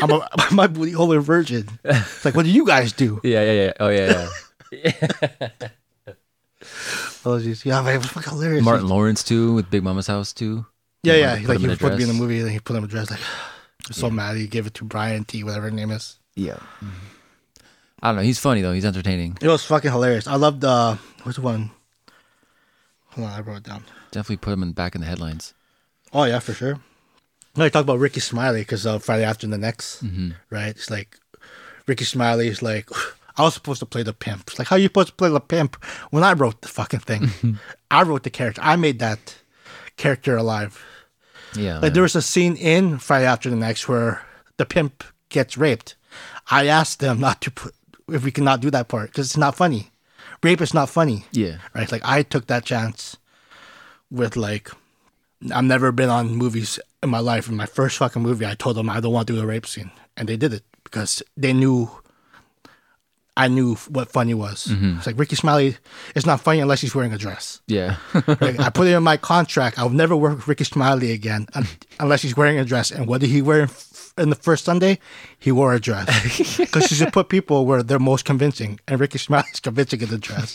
Speaker 1: I'm a, my booty hole is virgin. It's like, what do you guys do?
Speaker 2: yeah, yeah, yeah. Oh yeah, yeah.
Speaker 1: Oh, jeez. yeah, man, it was fucking hilarious.
Speaker 2: Martin Lawrence too with Big Mama's House too.
Speaker 1: yeah,
Speaker 2: Martin
Speaker 1: yeah.
Speaker 2: put
Speaker 1: He's like,
Speaker 2: him
Speaker 1: he
Speaker 2: in a
Speaker 1: was supposed to be in the
Speaker 2: dress.
Speaker 1: movie, and then he put him in a dress. Like, I'm so mad. He gave it to Brian T, whatever his name is.
Speaker 2: Yeah. I don't know. He's funny though. He's entertaining.
Speaker 1: It was fucking hilarious. I loved uh, what's the one? Hold on, I wrote it down.
Speaker 2: Definitely put him in, back in the headlines.
Speaker 1: Oh yeah, for sure. No, you talk about Ricky Smiley because uh, Friday after the next,
Speaker 2: Mm-hmm.
Speaker 1: right? It's like Ricky Smiley is like, I was supposed to play the pimp. It's like, how you supposed to play the pimp when I wrote the fucking thing? I wrote the character. I made that character alive.
Speaker 2: Yeah.
Speaker 1: Like there was a scene in Friday After the Next where the pimp gets raped. I asked them not to put if we cannot do that part because it's not funny. Rape is not funny.
Speaker 2: Yeah.
Speaker 1: Right. Like I took that chance with like I've never been on movies in my life. In my first fucking movie, I told them I don't want to do a rape scene, and they did it because they knew. I knew what funny was. It's like Ricky Smiley. It's not funny unless he's wearing a dress.
Speaker 2: yeah.
Speaker 1: Like, I put it in my contract. I'll never work with Ricky Smiley again un- unless he's wearing a dress. And what did he wear in, f- in the first Sunday, he wore a dress because she should put people where they're most convincing, and Ricky Smiley is convincing in the dress.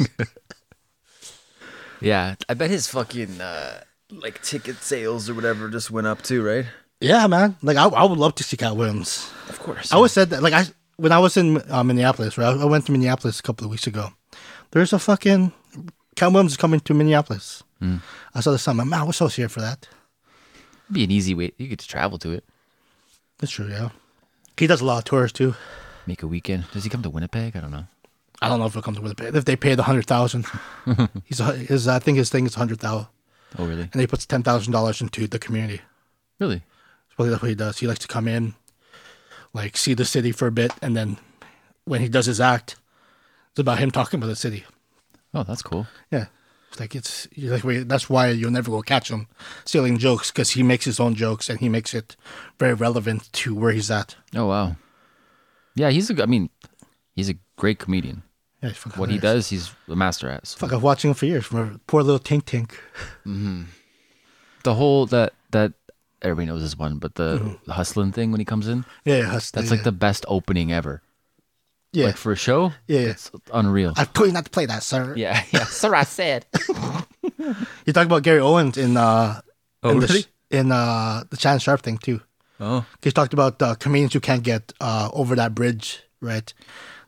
Speaker 2: Yeah, I bet his fucking uh, like ticket sales or whatever just went up too, right?
Speaker 1: yeah, man. Like I, I would love to see Cat Williams.
Speaker 2: Of course.
Speaker 1: I always said that. Like I, when I was in uh, Minneapolis, right? I went to Minneapolis a couple of weeks ago. There's a fucking Cat Williams is coming to Minneapolis. I saw the sign. Man, I was so here for that.
Speaker 2: It'd be an easy way. You could travel to it,
Speaker 1: That's true. Yeah, he does a lot of tours too.
Speaker 2: make a weekend. Does he come to Winnipeg? I don't know.
Speaker 1: I don't know if he'll come to Winnipeg. If they pay the hundred thousand, he's a, his. I think his thing is hundred thousand,
Speaker 2: Oh, really?
Speaker 1: and he puts ten thousand dollars into the community.
Speaker 2: Really?
Speaker 1: Well, that's what he does. He likes to come in, like see the city for a bit, and then when he does his act, it's about him talking about the city.
Speaker 2: Oh, that's cool.
Speaker 1: Yeah, it's like it's you're like wait, that's why you'll never go catch him stealing jokes because he makes his own jokes and he makes it very relevant to where he's at.
Speaker 2: Oh, wow. Yeah, he's a. g- I mean, he's a great comedian.
Speaker 1: Yeah, it's fucking
Speaker 2: What he
Speaker 1: hilarious.
Speaker 2: does, he's a master at. So
Speaker 1: Fuck, I've watching him for years. Remember, poor little Tink Tink.
Speaker 2: the whole that that everybody knows this one, but the, the hustling thing when he comes in,
Speaker 1: Yeah, yeah, that's,
Speaker 2: that's
Speaker 1: Mm-hmm. yeah,
Speaker 2: like the best opening ever.
Speaker 1: yeah.
Speaker 2: Like for a show,
Speaker 1: Yeah, yeah.
Speaker 2: it's unreal.
Speaker 1: I told you not to play that, sir.
Speaker 2: yeah, yeah. Sir, I said.
Speaker 1: You talk about Gary Owens in uh
Speaker 2: Oh,
Speaker 1: in,
Speaker 2: really?
Speaker 1: the, in uh the Shannon Sharp thing too.
Speaker 2: Oh,
Speaker 1: He talked about uh, comedians who can't get uh over that bridge, right?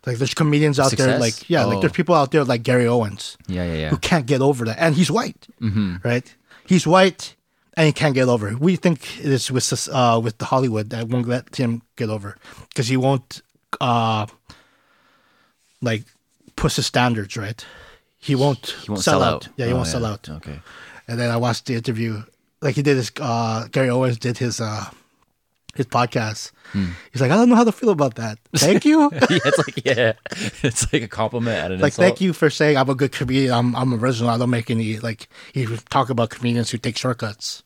Speaker 1: Like there's comedians out there
Speaker 2: Success?
Speaker 1: like yeah, like
Speaker 2: Oh.
Speaker 1: there's people out there like Gary Owens
Speaker 2: yeah, yeah, yeah.
Speaker 1: who can't get over that, and he's white,
Speaker 2: Mm-hmm.
Speaker 1: right? He's white and he can't get over. it. We think it is with sus- uh with Hollywood that won't let him get over because he won't uh like push the standards, right? He won't,
Speaker 2: He won't sell, out.
Speaker 1: Yeah, he
Speaker 2: Oh,
Speaker 1: won't sell out.
Speaker 2: Okay.
Speaker 1: And then I watched the interview. Like he did his uh Gary Owens did his uh his podcast.
Speaker 2: Hmm.
Speaker 1: He's like, I don't know how to feel about that. Thank you.
Speaker 2: yeah, it's like yeah, it's like a compliment and an
Speaker 1: like
Speaker 2: insult.
Speaker 1: thank you for saying I'm a good comedian. I'm I'm original. I don't make any like he would talk about comedians who take shortcuts.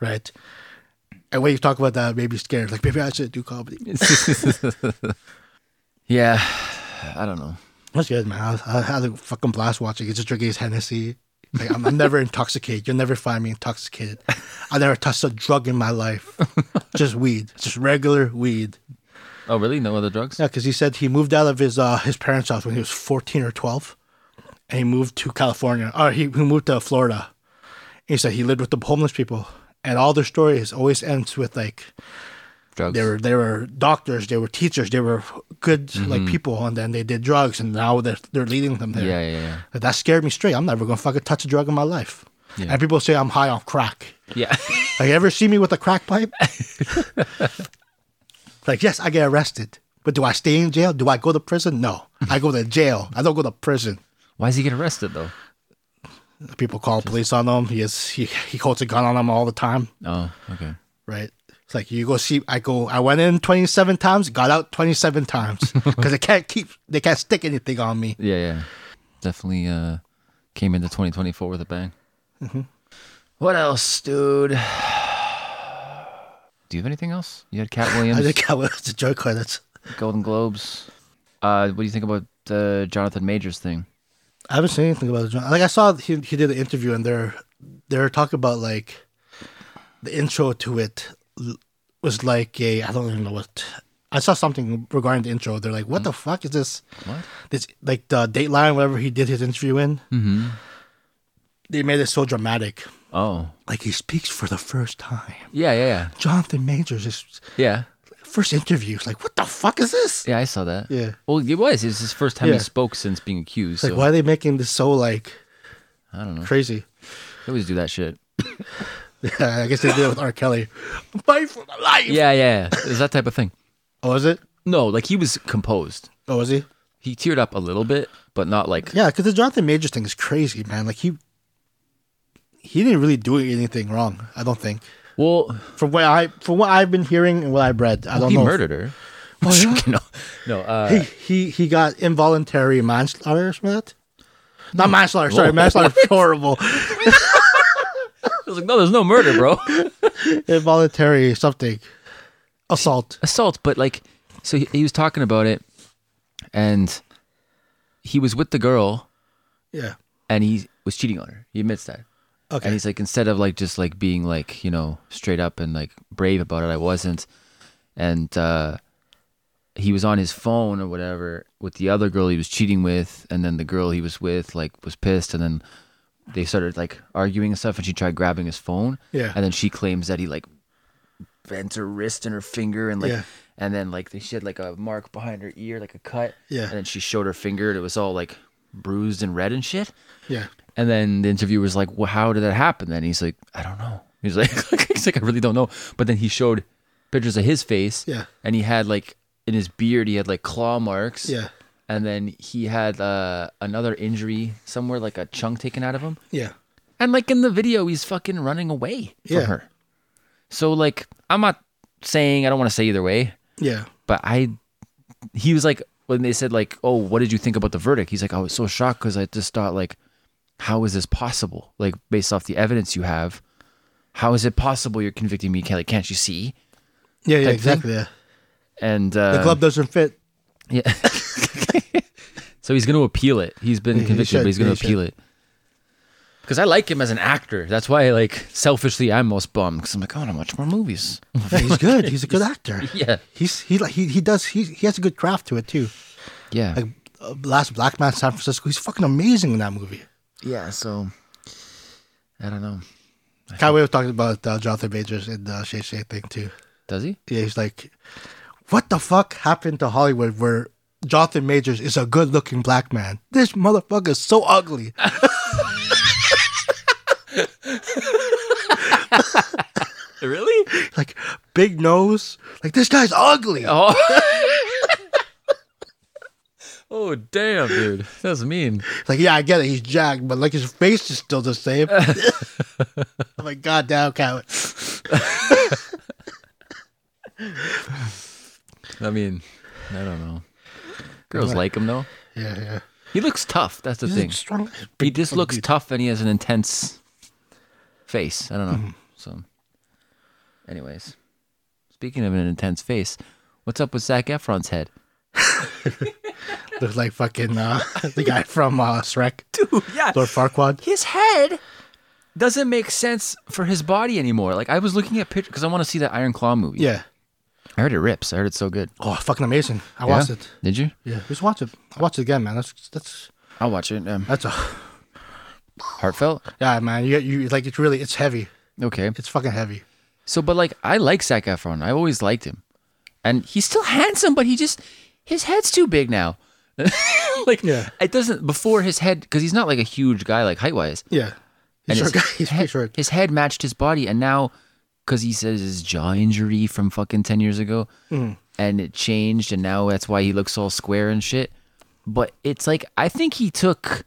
Speaker 1: Right. And when you talk about that, maybe scared. Like maybe I should do comedy.
Speaker 2: Yeah, I don't know.
Speaker 1: That's good, man. I, I had a fucking blast watching. It's just drinking his Hennessy. Like, I'm, I'm never intoxicated. You'll never find me intoxicated. I never touched a drug in my life. just weed. Just regular weed.
Speaker 2: Oh, really? No other drugs?
Speaker 1: Yeah, because he said he moved out of his uh, his parents' house when he was fourteen or twelve, and he moved to California. Or he, he moved to Florida. He said he lived with the homeless people, and all their stories always ends with like
Speaker 2: Drugs.
Speaker 1: they were they were doctors, they were teachers, they were good like people, and then they did drugs, and now they're they're leading them there.
Speaker 2: Mm-hmm. Yeah, yeah, yeah.
Speaker 1: But That scared me straight. I'm never gonna fucking touch a drug in my life.
Speaker 2: Yeah.
Speaker 1: And people say I'm high on crack.
Speaker 2: Yeah.
Speaker 1: Like, you ever see me with a crack pipe? like, yes, I get arrested. But do I stay in jail? Do I go to prison? No. I go to jail. I don't go to prison.
Speaker 2: Why does he get arrested though?
Speaker 1: People call police on him. He is he, he holds a gun on him all the time.
Speaker 2: Oh, okay.
Speaker 1: Right. It's like you go see I go I went in twenty seven times, got out twenty seven times. Because they can't keep they can't stick anything on me.
Speaker 2: Yeah, yeah. Definitely uh, came into 2024 with a bang. What else, dude? Do you have anything else? You had Cat
Speaker 1: I
Speaker 2: Williams,
Speaker 1: think I was the joke credits.
Speaker 2: Golden Globes. Uh, what do you think about uh, Jonathan Majors thing?
Speaker 1: I haven't seen anything about the John. Like I saw he he did an interview and they're they're talking about like the intro to it l- was like a I don't even know what I saw something regarding the intro. They're like, what the fuck is this?
Speaker 2: What?
Speaker 1: This like the Dateline, whatever he did his interview in. Mm-hmm. They made it so dramatic.
Speaker 2: Oh,
Speaker 1: Like he speaks for the first time.
Speaker 2: yeah, yeah, yeah,
Speaker 1: Jonathan Majors is
Speaker 2: yeah,
Speaker 1: first interview. It's like, what the fuck is this?
Speaker 2: yeah. I saw that.
Speaker 1: Yeah.
Speaker 2: Well, it was. It was his first time
Speaker 1: Yeah.
Speaker 2: he spoke since being accused.
Speaker 1: It's like,
Speaker 2: so
Speaker 1: why are they making this so like
Speaker 2: I don't know.
Speaker 1: crazy?
Speaker 2: They always do that shit.
Speaker 1: I guess they did it with R. Kelly. I'm fighting for my life.
Speaker 2: Yeah, yeah. yeah. It's that type of thing.
Speaker 1: Oh, is it?
Speaker 2: No, like he was composed.
Speaker 1: Oh, is he?
Speaker 2: He teared up a little bit, but not like
Speaker 1: Yeah, because the Jonathan Majors thing is crazy, man. Like he, he didn't really do anything wrong. I don't think.
Speaker 2: well.
Speaker 1: From what I, from what I've been hearing and what I've read, I don't
Speaker 2: Oh, he
Speaker 1: know. if-
Speaker 2: murdered her. no, no. Uh,
Speaker 1: He he he got involuntary manslaughter. or something like that? Not manslaughter. Sorry, manslaughter. is Horrible.
Speaker 2: I was like, no, there's no murder, bro.
Speaker 1: involuntary something. Assault.
Speaker 2: Assault, but like, so he, he was talking about it, and he was with the girl,
Speaker 1: Yeah.
Speaker 2: and he was cheating on her. He admits that,
Speaker 1: Okay.
Speaker 2: and he's like, instead of like just like being like you know straight up and like brave about it, I wasn't. and uh, he was on his phone or whatever with the other girl he was cheating with, and then the girl he was with like was pissed, and then they started like arguing and stuff, and she tried grabbing his phone,
Speaker 1: Yeah.
Speaker 2: and then she claims that he like bent her wrist and her finger and like.
Speaker 1: Yeah.
Speaker 2: And then, like, she had like a mark behind her ear, like a cut.
Speaker 1: Yeah.
Speaker 2: And then she showed her finger, and it was all like bruised and red and shit.
Speaker 1: Yeah.
Speaker 2: And then the interviewer was like, "Well, how did that happen?" Then he's like, "I don't know." He's like, "He's like, I really don't know." But then he showed pictures of his face.
Speaker 1: Yeah.
Speaker 2: And he had like in his beard, he had like claw marks.
Speaker 1: Yeah.
Speaker 2: And then he had uh, another injury somewhere, like a chunk taken out of him.
Speaker 1: Yeah.
Speaker 2: And like in the video, he's fucking running away from
Speaker 1: Yeah.
Speaker 2: her. So like, I'm not saying I don't want to say either way,
Speaker 1: Yeah.
Speaker 2: but I, he was like, when they said like, oh, what did you think about the verdict? He's like, I was so shocked because I just thought like, how is this possible? Like based off the evidence you have, how is it possible you're convicting me, Kelly? Can't you see?
Speaker 1: Yeah. Yeah.
Speaker 2: thing.
Speaker 1: Exactly. Yeah.
Speaker 2: And uh,
Speaker 1: The glove doesn't fit.
Speaker 2: yeah. so he's going to appeal it. He's been
Speaker 1: Yeah, he
Speaker 2: convicted,
Speaker 1: should.
Speaker 2: but he's going
Speaker 1: Yeah,
Speaker 2: to
Speaker 1: he
Speaker 2: appeal it. Because I like him as an actor. That's why, like, selfishly, I'm most bummed. Because I'm like, I want to watch more movies.
Speaker 1: Yeah, he's good. He's a good actor.
Speaker 2: Yeah.
Speaker 1: He's he like he, he does he he has a good craft to it too.
Speaker 2: Yeah.
Speaker 1: Like uh, Last Black Man San Francisco. He's fucking amazing in that movie.
Speaker 2: yeah. So I don't know.
Speaker 1: Kyle Wave was talking about uh, Jonathan Majors in the Shay Shay thing too.
Speaker 2: Does he?
Speaker 1: Yeah, he's like, what the fuck happened to Hollywood where Jonathan Majors is a good looking black man? This motherfucker is so ugly.
Speaker 2: Really?
Speaker 1: Like, big nose. Like, this guy's ugly.
Speaker 2: Oh. oh damn, dude. That's mean.
Speaker 1: Like, yeah, I get it. He's jacked, but like his face is still the same. I'm like, God damn, Kyle.
Speaker 2: I mean, I don't know. Girls like him though.
Speaker 1: Yeah, yeah.
Speaker 2: He looks tough. That's the
Speaker 1: He's
Speaker 2: thing.
Speaker 1: like strong.
Speaker 2: he just looks tough and he has an intense face. I don't know.
Speaker 1: Mm-hmm.
Speaker 2: So, anyways, speaking of an intense face, what's up with Zach Efron's head?
Speaker 1: Looks like fucking uh, the guy from uh, Shrek. Dude,
Speaker 2: yeah.
Speaker 1: Lord Farquaad.
Speaker 2: His head doesn't make sense for his body anymore. Like I was looking at pictures because I want to see that Iron Claw movie.
Speaker 1: Yeah.
Speaker 2: I heard it rips. I heard it's so good.
Speaker 1: Oh, fucking amazing. I watched it.
Speaker 2: Did you?
Speaker 1: Yeah, just watch it. I watched it again, man. That's that's
Speaker 2: I'll watch it. Um,
Speaker 1: that's a
Speaker 2: heartfelt.
Speaker 1: yeah, man. You you like it's really it's heavy.
Speaker 2: Okay.
Speaker 1: It's fucking heavy.
Speaker 2: So, but like, I like Zac Efron. I always liked him, and he's still handsome, but he just his head's too big now. like,
Speaker 1: Yeah.
Speaker 2: it doesn't before his head because he's not like a huge guy like height wise.
Speaker 1: Yeah, he's short.
Speaker 2: his,
Speaker 1: guy. He's pretty
Speaker 2: head,
Speaker 1: short.
Speaker 2: his head matched his body, and now because he says his jaw injury from fucking ten years ago,
Speaker 1: Hmm.
Speaker 2: and it changed, and now that's why he looks all square and shit. But it's like I think he took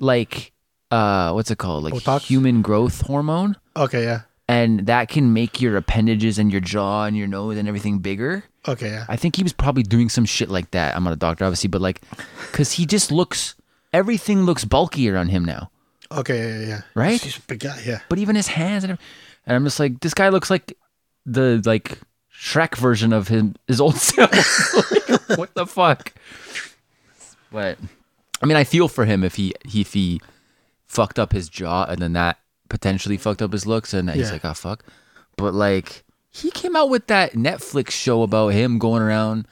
Speaker 2: like uh what's it called like
Speaker 1: Botox?
Speaker 2: human growth hormone
Speaker 1: Okay, yeah.
Speaker 2: and that can make your appendages and your jaw and your nose and everything bigger.
Speaker 1: Okay, yeah.
Speaker 2: I think he was probably doing some shit like that. I'm not a doctor, obviously, but like, because he just looks, everything looks bulkier on him now,
Speaker 1: Okay, yeah, yeah, yeah.
Speaker 2: right?
Speaker 1: He's a big guy. Yeah,
Speaker 2: But even his hands and, every- and I'm just like, this guy looks like the like Shrek version of him, his old self. Like, what the fuck? But I mean, I feel for him if he he- if he fucked up his jaw and then that potentially fucked up his looks and he's
Speaker 1: Yeah.
Speaker 2: like, oh fuck. But like, he came out with that Netflix show about him going around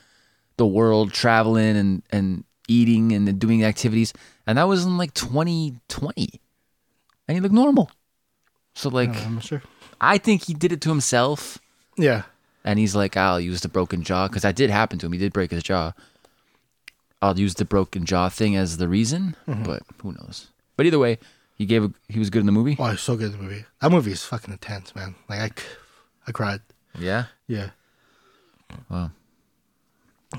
Speaker 2: the world traveling and and eating and doing activities, and that was in like 2020, and he looked normal. So like,
Speaker 1: Oh, I'm not sure.
Speaker 2: I think he did it to himself,
Speaker 1: Yeah,
Speaker 2: and he's like, "I'll use the broken jaw," because that did happen to him. He did break his jaw. I'll use the broken jaw thing as the reason, but who knows? But either way, he gave a, he was good in the movie.
Speaker 1: oh, he's so good in the movie. That movie is fucking intense, man. Like I, c- I cried.
Speaker 2: Yeah,
Speaker 1: Yeah.
Speaker 2: Wow.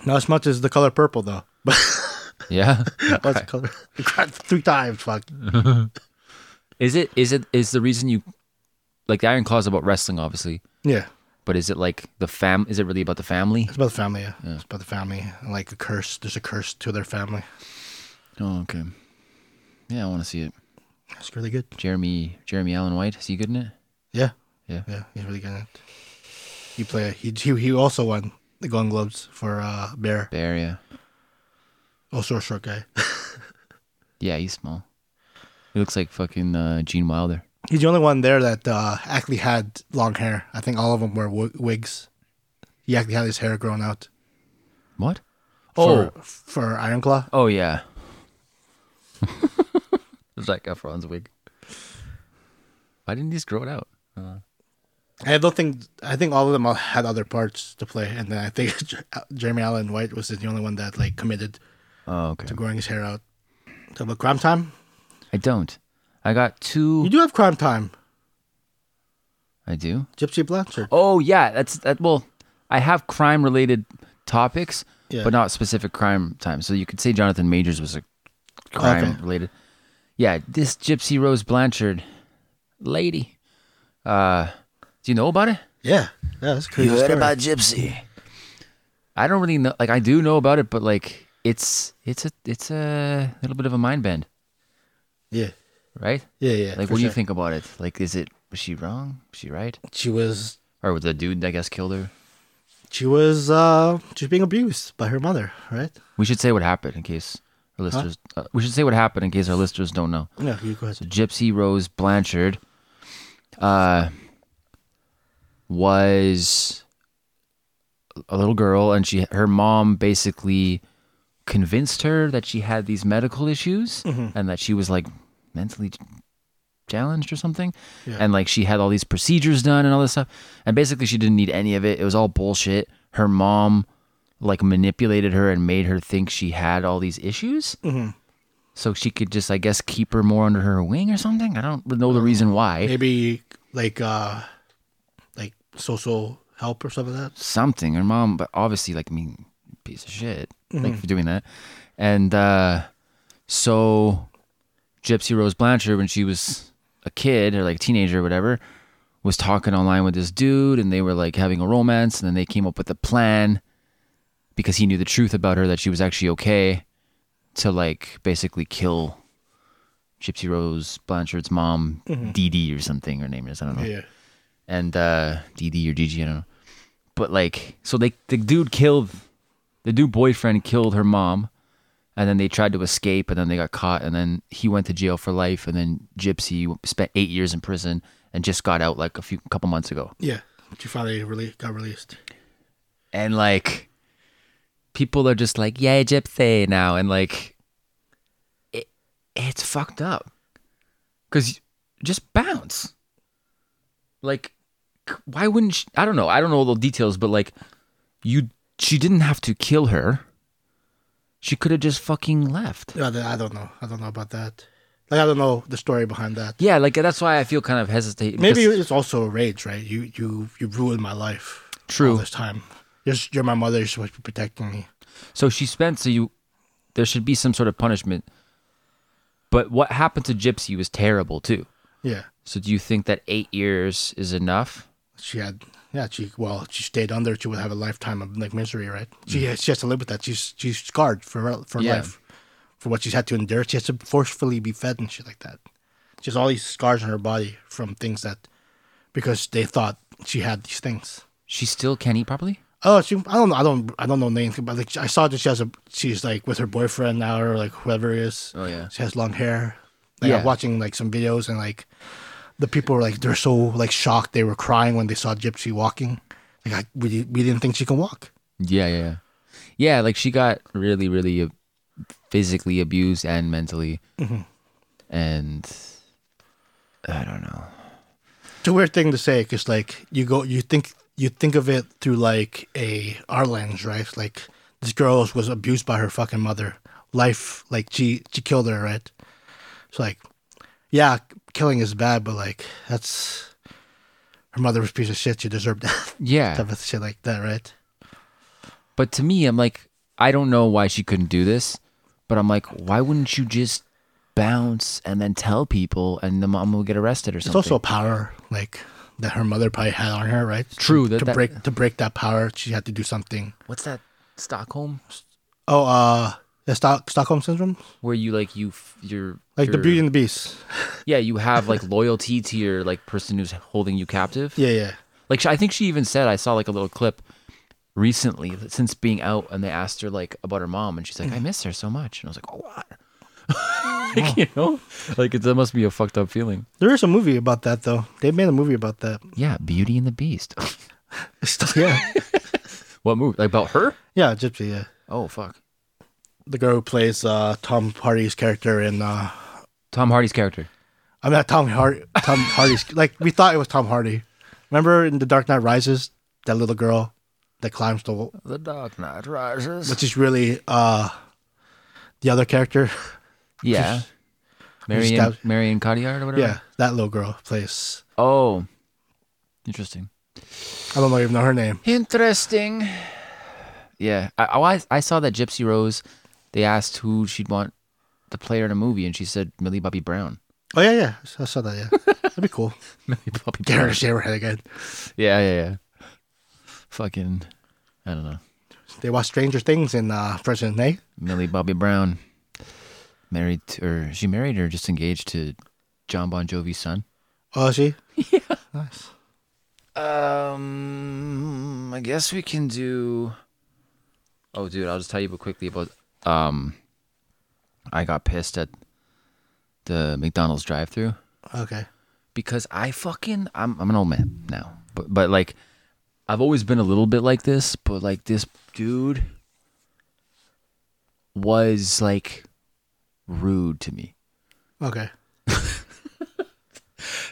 Speaker 1: Not as much as the color purple though. But
Speaker 2: yeah.
Speaker 1: what's the color? I cried three times. Fuck.
Speaker 2: is it is it is the reason you like the Iron Claw is about wrestling, obviously,
Speaker 1: Yeah.
Speaker 2: but is it like the fam? Is it really about the family?
Speaker 1: It's about the family. Yeah. It's about the family. And like a curse. There's a curse to their family.
Speaker 2: Oh, okay. Yeah, I want to see it.
Speaker 1: It's really good.
Speaker 2: Jeremy Jeremy Allen White is he good in it?
Speaker 1: Yeah.
Speaker 2: Yeah.
Speaker 1: Yeah. He's really good. At it. He play. He he he also won the Golden Globes for uh, Bear.
Speaker 2: Bear, yeah.
Speaker 1: Also a short guy.
Speaker 2: Yeah, he's small. He looks like fucking uh, Gene Wilder.
Speaker 1: He's the only one there that uh, actually had long hair. I think all of them were w- wigs. He actually had his hair grown out
Speaker 2: What? Oh,
Speaker 1: for, for Iron Claw.
Speaker 2: oh yeah. Zac Efron's wig. Why didn't he just grow it out?
Speaker 1: I don't think I think all of them all had other parts to play, and then I think Jeremy Allen White was the only one that like committed
Speaker 2: Oh, okay.
Speaker 1: to growing his hair out. So, but crime time.
Speaker 2: I don't. I got two.
Speaker 1: You do have crime time.
Speaker 2: I do.
Speaker 1: Gypsy Blanchard.
Speaker 2: Oh yeah, that's that. Well, I have crime related topics,
Speaker 1: Yeah.
Speaker 2: but not specific crime time. So you could say Jonathan Majors was a crime
Speaker 1: Okay.
Speaker 2: related. Yeah, this Gypsy Rose Blanchard lady. Uh, do you know about it?
Speaker 1: Yeah, yeah, that's a crazy. story.
Speaker 2: Gypsy? I don't really know. Like I do know about it, but like it's it's a it's a little bit of a mind bend,
Speaker 1: Yeah,
Speaker 2: right?
Speaker 1: yeah, yeah.
Speaker 2: like,
Speaker 1: for
Speaker 2: what do you
Speaker 1: sure.
Speaker 2: think about it? Like, is it was she wrong? Was she right?
Speaker 1: She was
Speaker 2: Or was the dude I guess killed her?
Speaker 1: she was uh she was being abused by her mother, right?
Speaker 2: We should say what happened in case our listeners. Uh, we should say what happened in case our listeners don't know.
Speaker 1: Yeah, you go ahead.
Speaker 2: Gypsy Rose Blanchard uh, was a little girl, and she her mom basically convinced her that she had these medical issues and that she was like mentally challenged or something and like she had all these procedures done and all this stuff and basically she didn't need any of it it was all bullshit her mom like manipulated her and made her think she had all these issues so she could just, I guess, keep her more under her wing or something. I don't know the reason why.
Speaker 1: Maybe like uh like social help or something like that.
Speaker 2: Something her mom, but obviously, like, I mean, piece of shit, like for doing that. And uh, so, Gypsy Rose Blanchard, when she was a kid or like teenager or whatever, was talking online with this dude, and they were like having a romance, and then they came up with a plan because he knew the truth about her that she was actually okay to like basically kill Gypsy Rose Blanchard's mom, Dee Dee or something her name is. I don't know.
Speaker 1: Yeah.
Speaker 2: And uh Dee Dee or Gigi, I don't know. But like so they the dude killed the dude boyfriend killed her mom and then they tried to escape and then they got caught and then he went to jail for life and then Gypsy spent 8 years in prison and just got out like a few couple months ago
Speaker 1: Yeah. She finally really got released.
Speaker 2: and like people are just like yeah gypsy now and like it, it's fucked up because just bounce like c- why wouldn't she i don't know i don't know all the details but like you she didn't have to kill her she could have just fucking left
Speaker 1: Yeah, I don't know. I don't know about that. Like I don't know the story behind that.
Speaker 2: yeah like that's why i feel kind of hesitate
Speaker 1: Maybe
Speaker 2: because-
Speaker 1: it's also rage, right? You you you ruined my life.
Speaker 2: True.
Speaker 1: All this time, you're, you're my mother. You're supposed to be protecting me.
Speaker 2: So she spent. So you, there should be some sort of punishment. But what happened to Gypsy was terrible too.
Speaker 1: Yeah.
Speaker 2: So do you think that eight years is enough?
Speaker 1: She had. Yeah. She well. She stayed under. She would have a lifetime of like misery, right? She she has to live with that. She's she's scarred for for
Speaker 2: Mm. Yeah.
Speaker 1: life, for what she's had to endure. She has to forcefully be fed and shit like that. She has all these scars on her body from things that, because they thought she had these things.
Speaker 2: She still can't eat properly.
Speaker 1: Oh, she. I don't know. I don't. I don't know anything. But like, I saw that she has a. She's like with her boyfriend now, or like whoever it is.
Speaker 2: Oh, yeah.
Speaker 1: She has long hair. Like,
Speaker 2: Yeah.
Speaker 1: I'm watching like some videos and like, the people were like they're so like shocked they were crying when they saw Gypsy walking. Like I, we we didn't think she can walk.
Speaker 2: Yeah, yeah, yeah. yeah. Like she got really, really ab- physically abused and mentally,
Speaker 1: Mm-hmm.
Speaker 2: and I don't know.
Speaker 1: It's a weird thing to say because like you go you think you think of it through like a our lens, right? Like this girl was abused by her fucking mother. Life like she she killed her, right? It's like yeah, killing is bad, but like that's her mother was a piece of shit. She deserved that
Speaker 2: Yeah,
Speaker 1: type of shit like that, right?
Speaker 2: but to me, I'm like, I don't know why she couldn't do this, but I'm like, why wouldn't you just bounce and then tell people, and the mom will get arrested or
Speaker 1: It's
Speaker 2: something?
Speaker 1: also a power like that her mother probably had on her, right?
Speaker 2: True,
Speaker 1: To,
Speaker 2: that-
Speaker 1: to
Speaker 2: that-
Speaker 1: break to break that power, she had to do something.
Speaker 2: what's that Stockholm
Speaker 1: Oh, uh, the Stock, Stockholm syndrome,
Speaker 2: where you like you f- you're
Speaker 1: like the
Speaker 2: you're-
Speaker 1: Beauty and the Beast.
Speaker 2: yeah you have like loyalty to your like person who's holding you captive
Speaker 1: Yeah, yeah.
Speaker 2: like I think she even said I saw like a little clip recently since being out and they asked her like about her mom and she's like
Speaker 1: Mm-hmm.
Speaker 2: I miss her so much and I was like oh what like, you know like it, that must be a fucked up feeling
Speaker 1: There is a movie about that though. They made a movie about that.
Speaker 2: yeah Beauty and the Beast
Speaker 1: It's still- yeah.
Speaker 2: What movie? Like about her?
Speaker 1: Yeah, Gypsy. Yeah,
Speaker 2: Oh fuck.
Speaker 1: the girl who plays uh, Tom Hardy's character in. Uh,
Speaker 2: Tom Hardy's character.
Speaker 1: I'm not Tom Hardy. Tom Hardy's like we thought it was Tom Hardy. Remember in The Dark Knight Rises, that little girl that climbs the wall,
Speaker 2: The Dark Knight Rises.
Speaker 1: which is really uh, the other character.
Speaker 2: Yeah. Marion
Speaker 1: Stab-
Speaker 2: Marion Cotillard or whatever.
Speaker 1: yeah, that little girl plays.
Speaker 2: Oh. Interesting.
Speaker 1: I don't know even know her name.
Speaker 2: Interesting. Yeah, I, oh, I was- I saw that Gypsy Rose. They asked who she'd want to play her in a movie, and she said Millie Bobby Brown.
Speaker 1: Oh yeah, yeah, I saw that. Yeah, that'd be cool.
Speaker 2: Millie Bobby
Speaker 1: Get her to shave her head again.
Speaker 2: Yeah, yeah, yeah. Fucking, I don't know.
Speaker 1: They watch Stranger Things in uh, prison, eh?
Speaker 2: Millie Bobby Brown married, to, or she married or just engaged to John Bon Jovi's son.
Speaker 1: Oh, she.
Speaker 2: Um, I guess we can do. Oh, dude, I'll just tell you real quickly about. Um, I got pissed at the McDonald's drive-through
Speaker 1: Okay.
Speaker 2: because I fucking I'm I'm an old man now, but but like I've always been a little bit like this, but like this dude was like rude to me.
Speaker 1: Okay.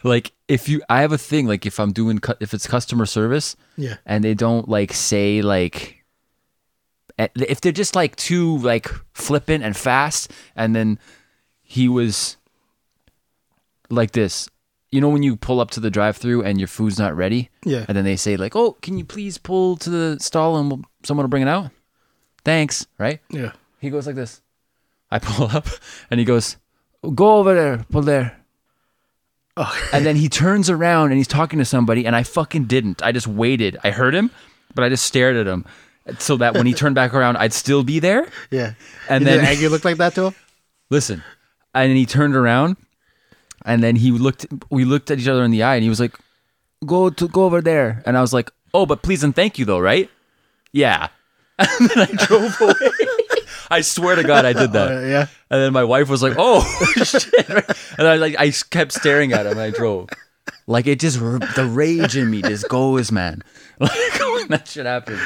Speaker 2: Like if you, I have a thing like if I'm doing cu- if it's customer service,
Speaker 1: Yeah.
Speaker 2: and they don't like say like eh, if they're just like too like flippant and fast and then he was like this you know when you pull up to the drive-through and your food's not ready
Speaker 1: Yeah.
Speaker 2: and then they say like oh can you please pull to the stall and we'll, someone will bring it out thanks right
Speaker 1: Yeah.
Speaker 2: he goes like this i pull up and he goes go over there pull there
Speaker 1: Oh,
Speaker 2: and then he turns around and he's talking to somebody, and I fucking didn't. I just waited. I heard him, but I just stared at him so that when he turned back around, I'd still be there.
Speaker 1: yeah.
Speaker 2: And
Speaker 1: Did
Speaker 2: then,
Speaker 1: Aggie look like that to him?
Speaker 2: listen, and then he turned around, and then he looked. We looked at each other in the eye, and he was like, "Go to go over there," and I was like, "Oh, but please and thank you, though, right?" Yeah. And then I drove away. I swear to God, I did that.
Speaker 1: Uh, yeah.
Speaker 2: And then my wife was like, "Oh shit!" And I like I s- kept staring at him. and I drove. Like it just r- the rage in me just goes, man. Like when that shit happens.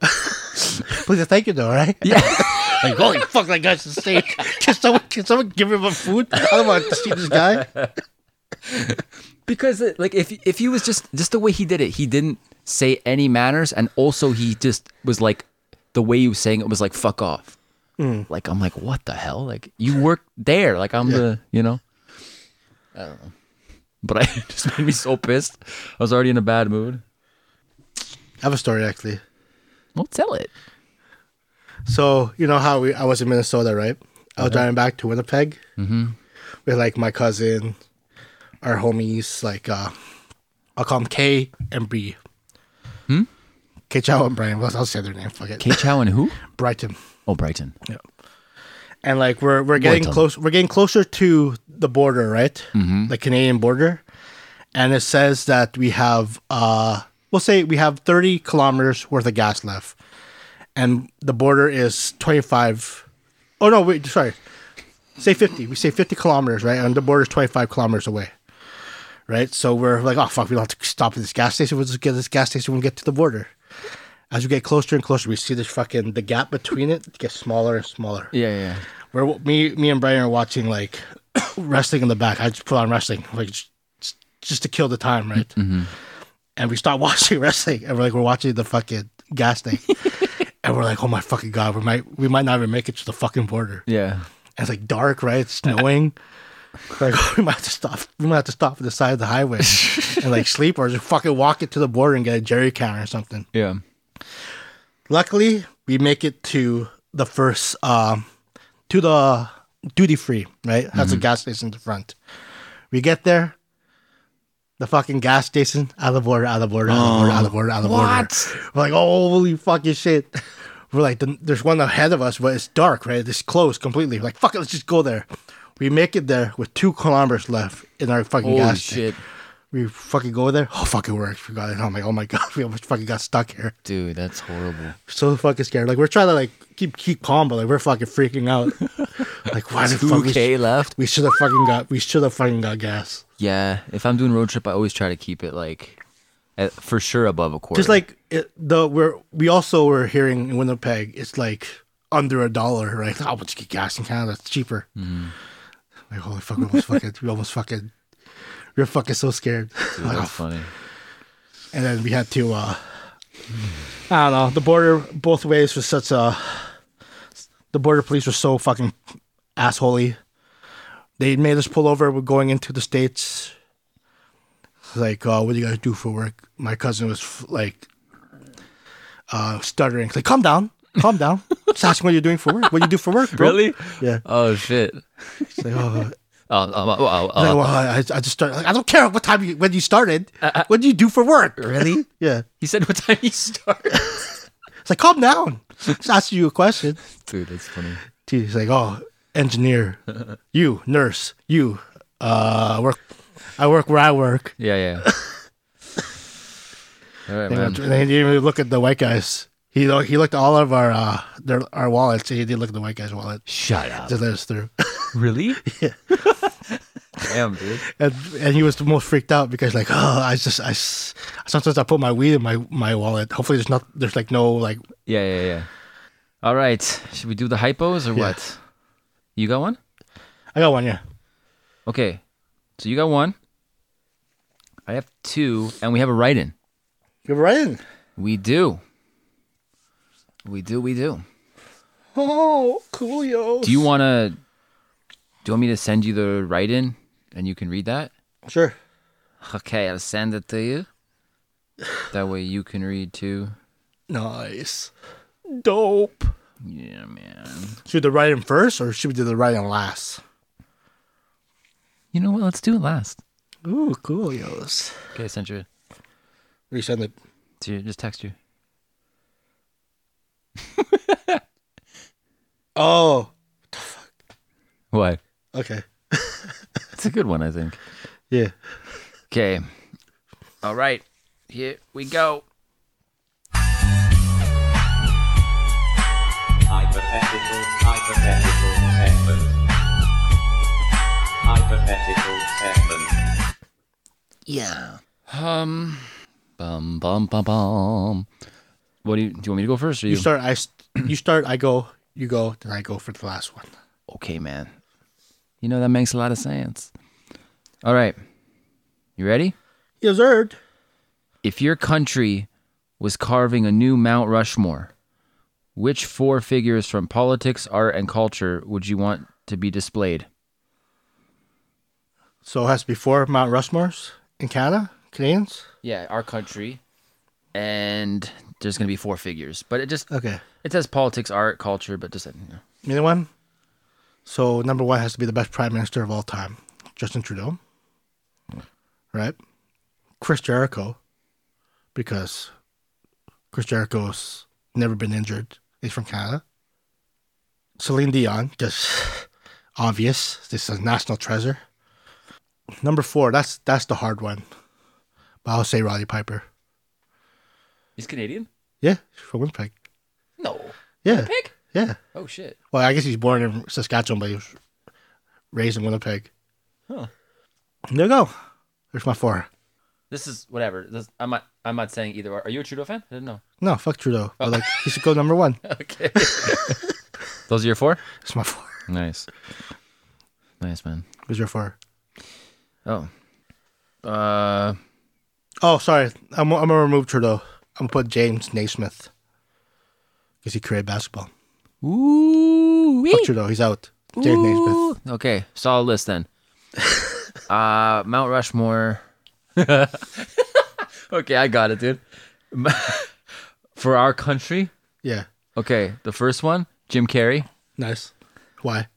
Speaker 1: Please, thank you though, right?
Speaker 2: Yeah.
Speaker 1: Like, holy fuck, that guy's insane. Can someone, can someone give him a food? I don't want to see this guy.
Speaker 2: because it, like if if he was just just the way he did it, he didn't say any manners, and also he just was like the way he was saying it was like "fuck off." Like I'm like, what the hell? Like you work there? Like I'm the you know. I don't know, but I it just made me so pissed. I was already in a bad mood.
Speaker 1: I have a story actually.
Speaker 2: Well, tell it.
Speaker 1: So you know how we, I was in Minnesota, right? I
Speaker 2: Uh-huh.
Speaker 1: was driving back to Winnipeg
Speaker 2: Mm-hmm.
Speaker 1: with like my cousin, our homies, like uh, I'll call them K and B. Hmm. K Chow and Brian. I'll I'll say their name. Fuck it.
Speaker 2: K Chow and who?
Speaker 1: Brighton.
Speaker 2: Oh, Brighton.
Speaker 1: and like we're we're getting
Speaker 2: Brighton.
Speaker 1: close we're getting closer to the border right the canadian border and it says that we have uh we'll say we have 30 kilometers worth of gas left and the border is 25 oh no wait sorry say 50 we say 50 kilometers right and the border is 25 kilometers away right so we're like oh fuck we don't have to stop at this gas station we'll just get this gas station when we get to the border as we get closer and closer we see this fucking the gap between it gets smaller and smaller
Speaker 2: Yeah, yeah.
Speaker 1: where me me and Brian are watching like wrestling in the back. I just put on wrestling like just, just to kill the time, right? And we start watching wrestling, and we're like we're watching the fucking gas thing, and we're like, oh my fucking god, we might we might not even make it to the fucking border.
Speaker 2: Yeah.
Speaker 1: And it's like dark, right? It's snowing. like we might have to stop. We might have to stop at the side of the highway and like sleep, or just fucking walk it to the border and get a jerry can or something.
Speaker 2: Yeah.
Speaker 1: Luckily, we make it to the first um, to the duty free, right? That's
Speaker 2: Mm-hmm.
Speaker 1: a gas station in the front. We get there, the fucking gas station, out of order, out of order, out of order, out of order, out of
Speaker 2: What?
Speaker 1: order. We're like, holy fucking shit. We're like, the, there's one ahead of us, but it's dark, right? It's closed completely. We're like, fuck it, let's just go there. We make it there with two kilometers left in our fucking
Speaker 2: Holy
Speaker 1: gas station.
Speaker 2: shit.
Speaker 1: We fucking go there. Oh, fucking works. We got it. I'm like, oh my God, we almost fucking got stuck here
Speaker 2: Dude, that's horrible.
Speaker 1: so fucking scared. Like we're trying to like keep keep calm, but like we're fucking freaking out. like why the fuck we,
Speaker 2: Okay,
Speaker 1: sh-
Speaker 2: left.
Speaker 1: we should have fucking got we should have fucking got gas.
Speaker 2: Yeah. If I'm doing road trip, I always try to keep it like uh, for sure above a quarter.
Speaker 1: Just like it, the we're we also were hearing in Winnipeg, it's like under a dollar, right? How much get gas in Canada? It's cheaper.
Speaker 5: Mm-hmm.
Speaker 1: Like holy fuck, we almost fucking, we almost fucking, we are fucking so scared.
Speaker 5: Dude,
Speaker 1: Like, oh,
Speaker 5: that's funny.
Speaker 1: and then we had to uh I don't know, the border both ways was such a the border police were so fucking assholey. They made us pull over, we're going into the States. Like, uh, what do you guys do for work? My cousin was f- like uh stuttering. Like, calm down, calm down. Just asking what you're doing for work. What do you do for work, bro?
Speaker 2: really?
Speaker 1: Yeah.
Speaker 2: Oh shit.
Speaker 1: It's like, oh,
Speaker 2: Oh, oh, oh, oh,
Speaker 1: like,
Speaker 2: oh.
Speaker 1: well, I, I just started. Like, I don't care what time you when you started. what do you do for work?
Speaker 2: Uh, Really?
Speaker 1: Yeah.
Speaker 2: He said what time you start.
Speaker 1: It's like, calm down. Just asking you a question.
Speaker 5: Dude, that's funny.
Speaker 1: Dude, He's like, oh, engineer, you, nurse, you, uh, work. I work where I work.
Speaker 2: yeah, yeah.
Speaker 5: All right,
Speaker 1: And
Speaker 5: man.
Speaker 1: they didn't even look at the white guys. He lo- he looked at all of our uh their our wallets. He didn't look at the white guy's wallet.
Speaker 2: Shut up.
Speaker 1: Just let us through.
Speaker 2: Really? Damn, dude.
Speaker 1: And, and he was the most freaked out because like, oh, I just I s- sometimes I put my weed in my my wallet. Hopefully there's not there's like no like
Speaker 2: Yeah, yeah, yeah. All right. Should we do the hypos or what? You got one?
Speaker 1: I got one yeah.
Speaker 2: Okay. So you got one. I have two, and we have a write in.
Speaker 1: You're right in.
Speaker 2: We do. We do, we do.
Speaker 1: Oh, cool yo.
Speaker 2: Do you want to? Do you want me to send you the write in and you can read that?
Speaker 1: Sure.
Speaker 2: Okay, I'll send it to you. That way you can read too.
Speaker 1: Nice. Dope.
Speaker 2: Yeah, man.
Speaker 1: Should we do the writing first or should we do the writing last?
Speaker 2: You know what? Let's do it last.
Speaker 1: Ooh, cool yos.
Speaker 2: Okay, I sent you.
Speaker 1: Resend it.
Speaker 2: To you. Just text you.
Speaker 1: Oh,
Speaker 2: What?
Speaker 1: okay.
Speaker 2: It's a good one, I think.
Speaker 1: Yeah.
Speaker 2: Okay. All right. Here we go.
Speaker 6: Hypothetical, hypothetical segment. Hypothetical segment.
Speaker 2: Yeah. Um. Bum bum bum bum. What do you do? You want me to go first, or you?
Speaker 1: You start. I. s- You start. I go. You go. Then I go for the last one.
Speaker 2: okay, man. You know that makes a lot of sense. All right. You ready?
Speaker 1: Yes, sir.
Speaker 2: If your country was carving a new Mount Rushmore, which four figures from politics, art, and culture would you want to be displayed?
Speaker 1: So it has to be four Mount Rushmores in Canada, Canadians.
Speaker 2: Yeah, our country. And there's gonna be four figures, but it just
Speaker 1: Okay.
Speaker 2: it says politics, art, culture, but just you know.
Speaker 1: Either one. So number one has to be the best prime minister of all time, Justin Trudeau. Right. Chris Jericho, because Chris Jericho's never been injured. He's from Canada. Celine Dion, just obvious. This is a national treasure. Number four, that's that's the hard one. But I'll say Roddy Piper.
Speaker 2: He's Canadian?
Speaker 1: Yeah, from Winnipeg.
Speaker 2: No.
Speaker 1: Yeah.
Speaker 2: Pig?
Speaker 1: Yeah.
Speaker 2: Oh shit.
Speaker 1: Well, I guess he's born in Saskatchewan, but he was raised in Winnipeg.
Speaker 2: Huh.
Speaker 1: There you go. There's my four.
Speaker 2: This is whatever. This, I'm not I'm not saying either or. Are you a Trudeau fan? I didn't know.
Speaker 1: No, fuck Trudeau. But like, he should go number one.
Speaker 2: Okay. Those are your four?
Speaker 1: It's my four.
Speaker 2: Nice. Nice man.
Speaker 1: Who's your four?
Speaker 2: Oh. Uh
Speaker 1: Oh, sorry. I'm, I'm gonna remove Trudeau. I'm gonna put James Naismith because he created basketball.
Speaker 2: Ooh.
Speaker 1: Fuck Trudeau. He's out. James Naismith.
Speaker 2: Okay, solid list then. uh Mount Rushmore. okay, I got it, dude. For our country?
Speaker 1: Yeah.
Speaker 2: Okay, the first one, Jim Carrey,
Speaker 1: Nice. Why?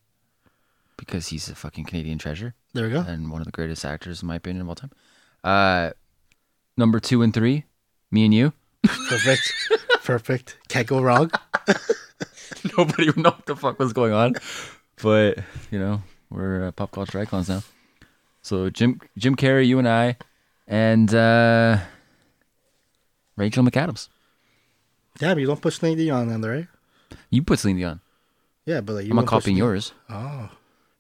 Speaker 2: because he's a fucking Canadian treasure.
Speaker 1: There we go.
Speaker 2: and one of the greatest actors in my opinion of all time. Uh, number two and three, me and you.
Speaker 1: Perfect. Perfect. Can't go wrong.
Speaker 2: Nobody would know what the fuck was going on, but you know we're uh, pop culture icons now. So Jim Jim Carrey, you and I, and uh, Rachel McAdams.
Speaker 1: Yeah, but you don't put Celine Dion on there, right?
Speaker 2: You put Celine Dion.
Speaker 1: Yeah, but like, you
Speaker 2: I'm not
Speaker 1: don't put
Speaker 2: copying
Speaker 1: Celine-
Speaker 2: yours.
Speaker 1: Oh,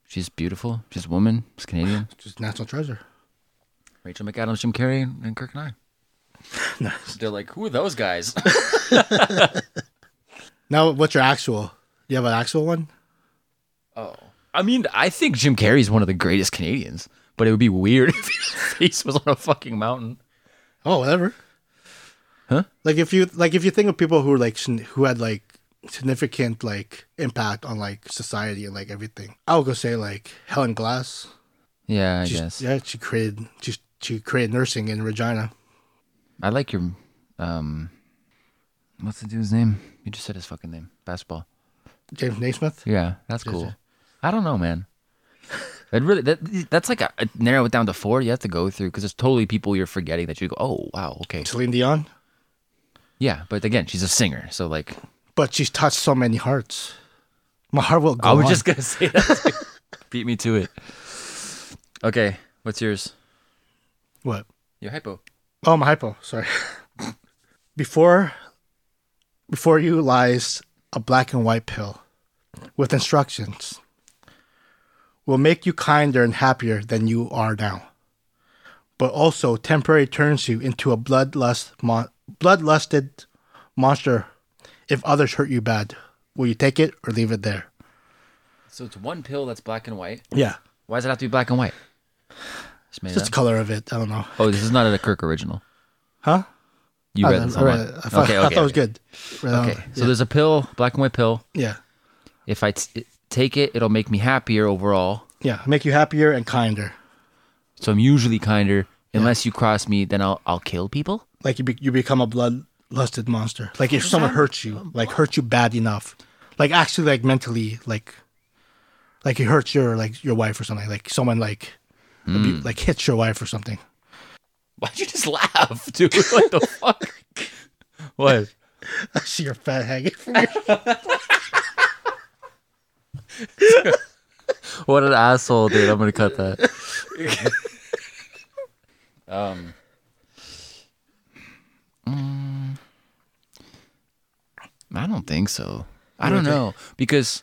Speaker 2: She's beautiful. She's a woman. She's Canadian.
Speaker 1: just national treasure.
Speaker 2: Rachel McAdams, Jim Carrey, and Kirk and I.
Speaker 5: They're like, who are those guys?
Speaker 1: Now, what's your actual? You have an actual one?
Speaker 5: oh.
Speaker 2: I mean, I think Jim Carrey's one of the greatest Canadians, but it would be weird if his face was on a fucking mountain.
Speaker 1: Oh, whatever.
Speaker 2: Huh?
Speaker 1: Like if you like if you think of people who were like sin- who had like significant like impact on like society and like everything, I would go say like Helen Glass.
Speaker 2: Yeah, I
Speaker 1: She's-
Speaker 2: guess.
Speaker 1: Yeah, she created she she created nursing in Regina.
Speaker 2: I like your, um, what's the dude's name? You just said his fucking name. Basketball.
Speaker 1: James Naismith.
Speaker 2: Yeah, that's cool. I don't know, man. It really that that's like a, narrow it down to four. You have to go through because there's totally people you're forgetting that you go, oh wow, okay,
Speaker 1: Celine Dion.
Speaker 2: yeah. But again, she's a singer, so like
Speaker 1: But she's touched so many hearts. My heart will go.
Speaker 2: I was
Speaker 1: on.
Speaker 2: just gonna say that. Beat me to it. Okay, what's yours?
Speaker 1: what?
Speaker 5: You're hypo.
Speaker 1: Oh, my hypo. Sorry. before, before you lies a black and white pill with instructions. Will make you kinder and happier than you are now, but also temporarily turns you into a bloodlust, mon- bloodlusted monster. If others hurt you bad, will you take it or leave it there?
Speaker 2: So it's one pill that's black and white.
Speaker 1: Yeah,
Speaker 2: Why does it have to be black and white? Just made it
Speaker 1: just
Speaker 2: up.
Speaker 1: the color of it. I don't know.
Speaker 2: oh, this is not a Kirk original.
Speaker 1: Huh?
Speaker 2: You
Speaker 1: I
Speaker 2: read
Speaker 1: don't-
Speaker 2: this
Speaker 1: I read
Speaker 2: online.
Speaker 1: it. I thought,
Speaker 2: okay,
Speaker 1: I thought
Speaker 2: okay,
Speaker 1: it was
Speaker 2: okay.
Speaker 1: good. Read it
Speaker 2: Okay,
Speaker 1: online.
Speaker 2: so
Speaker 1: yeah.
Speaker 2: there's a pill, black and white pill.
Speaker 1: yeah,
Speaker 2: If I t- take it, it'll make me happier overall.
Speaker 1: yeah, make you happier and kinder.
Speaker 2: So I'm usually kinder. Unless you cross me, then I'll I'll kill people.
Speaker 1: like you be, you become a bloodlusted monster. Like if someone hurts you, like hurts you bad enough, like actually like mentally, like like it hurts your like your wife or something. Like someone like abu- like hits your wife or something.
Speaker 2: Why'd you just laugh, dude? What the fuck? What?
Speaker 1: I see your fat hanging. From your-
Speaker 2: What an asshole, dude! I'm gonna cut that.
Speaker 5: Um,
Speaker 2: mm, I don't think so. I don't know because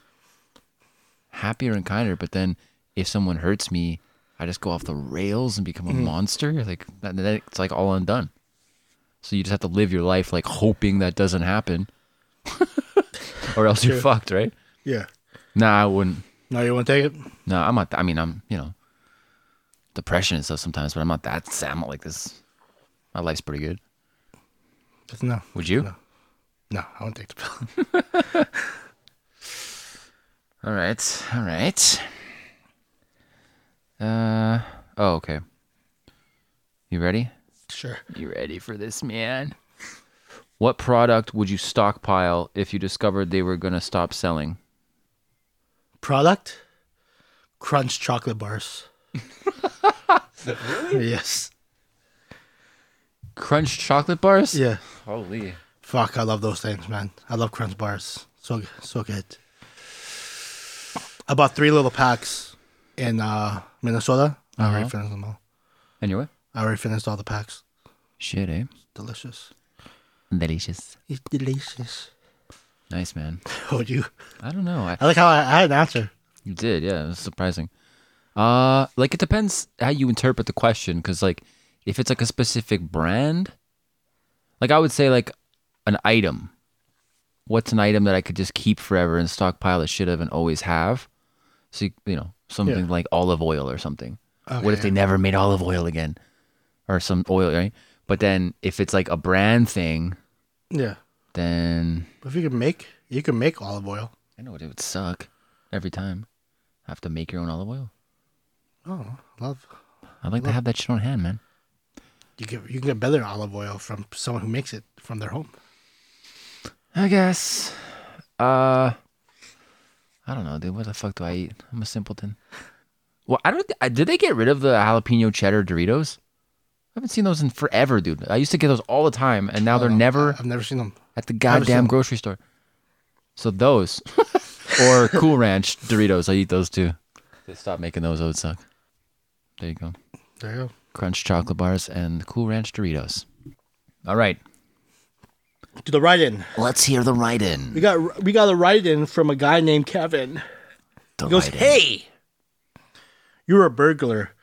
Speaker 2: happier and kinder. But then if someone hurts me, I just go off the rails and become a monster. Like that, then it's like all undone. So you just have to live your life like hoping that doesn't happen, or else you're fucked, right?
Speaker 1: yeah.
Speaker 2: Nah, I wouldn't.
Speaker 1: No, you want to take it?
Speaker 2: No, I'm not. I mean, I'm you know, depression and stuff sometimes, but I'm not that sad. I'm not like this. My life's pretty good.
Speaker 1: Just no.
Speaker 2: Would you?
Speaker 1: No. No, I won't take the pill.
Speaker 2: All right, all right. Uh oh, okay. You ready?
Speaker 1: sure.
Speaker 2: You ready for this, man? What product would you stockpile if you discovered they were gonna stop selling?
Speaker 1: Product? Crunch chocolate bars. really? Yes.
Speaker 2: Crunch chocolate bars?
Speaker 1: Yeah.
Speaker 5: holy.
Speaker 1: Fuck, I love those things, man. I love crunch bars. So so good. I bought three little packs in uh, Minnesota. I already finished them all.
Speaker 2: Anyway.
Speaker 1: I already finished all the packs.
Speaker 2: Shit, eh?
Speaker 1: Delicious.
Speaker 2: Delicious.
Speaker 1: It's delicious.
Speaker 2: Nice man.
Speaker 1: Oh, you.
Speaker 2: I don't know. I,
Speaker 1: I like how I, I had an answer.
Speaker 2: You did, yeah. It was surprising. Uh, like it depends how you interpret the question, because like if it's like a specific brand, like I would say like an item. What's an item that I could just keep forever and stockpile the shit of and always have? So you, you know something like olive oil or something. what if they never made olive oil again, or some oil, right? But then if it's like a brand thing,
Speaker 1: Yeah.
Speaker 2: then
Speaker 1: But if you can make, you can make olive oil.
Speaker 2: I know it would suck every time. Have to make your own olive oil.
Speaker 1: Oh, love.
Speaker 2: I'd like to have that shit on hand, man.
Speaker 1: You can you can get better olive oil from someone who makes it from their home.
Speaker 2: I guess. Uh, I don't know, dude. What the fuck do I eat? I'm a simpleton. Well, I don't. I, did they get rid of the jalapeno cheddar Doritos? I haven't seen those in forever, dude. I used to get those all the time, and now they're never
Speaker 1: I've never seen them.
Speaker 2: at the
Speaker 1: haven't seen
Speaker 2: goddamn
Speaker 1: them.
Speaker 2: grocery store. So those, or Cool Ranch Doritos. I eat those too. They stopped making those. That would suck. There you go.
Speaker 1: There you go.
Speaker 2: Crunch chocolate bars and Cool Ranch Doritos. All right,
Speaker 1: To the write-in.
Speaker 2: let's hear the write-in.
Speaker 1: We got we got a write-in from a guy named Kevin.
Speaker 2: The
Speaker 1: He goes,
Speaker 2: write-in.
Speaker 1: Hey, you're a burglar.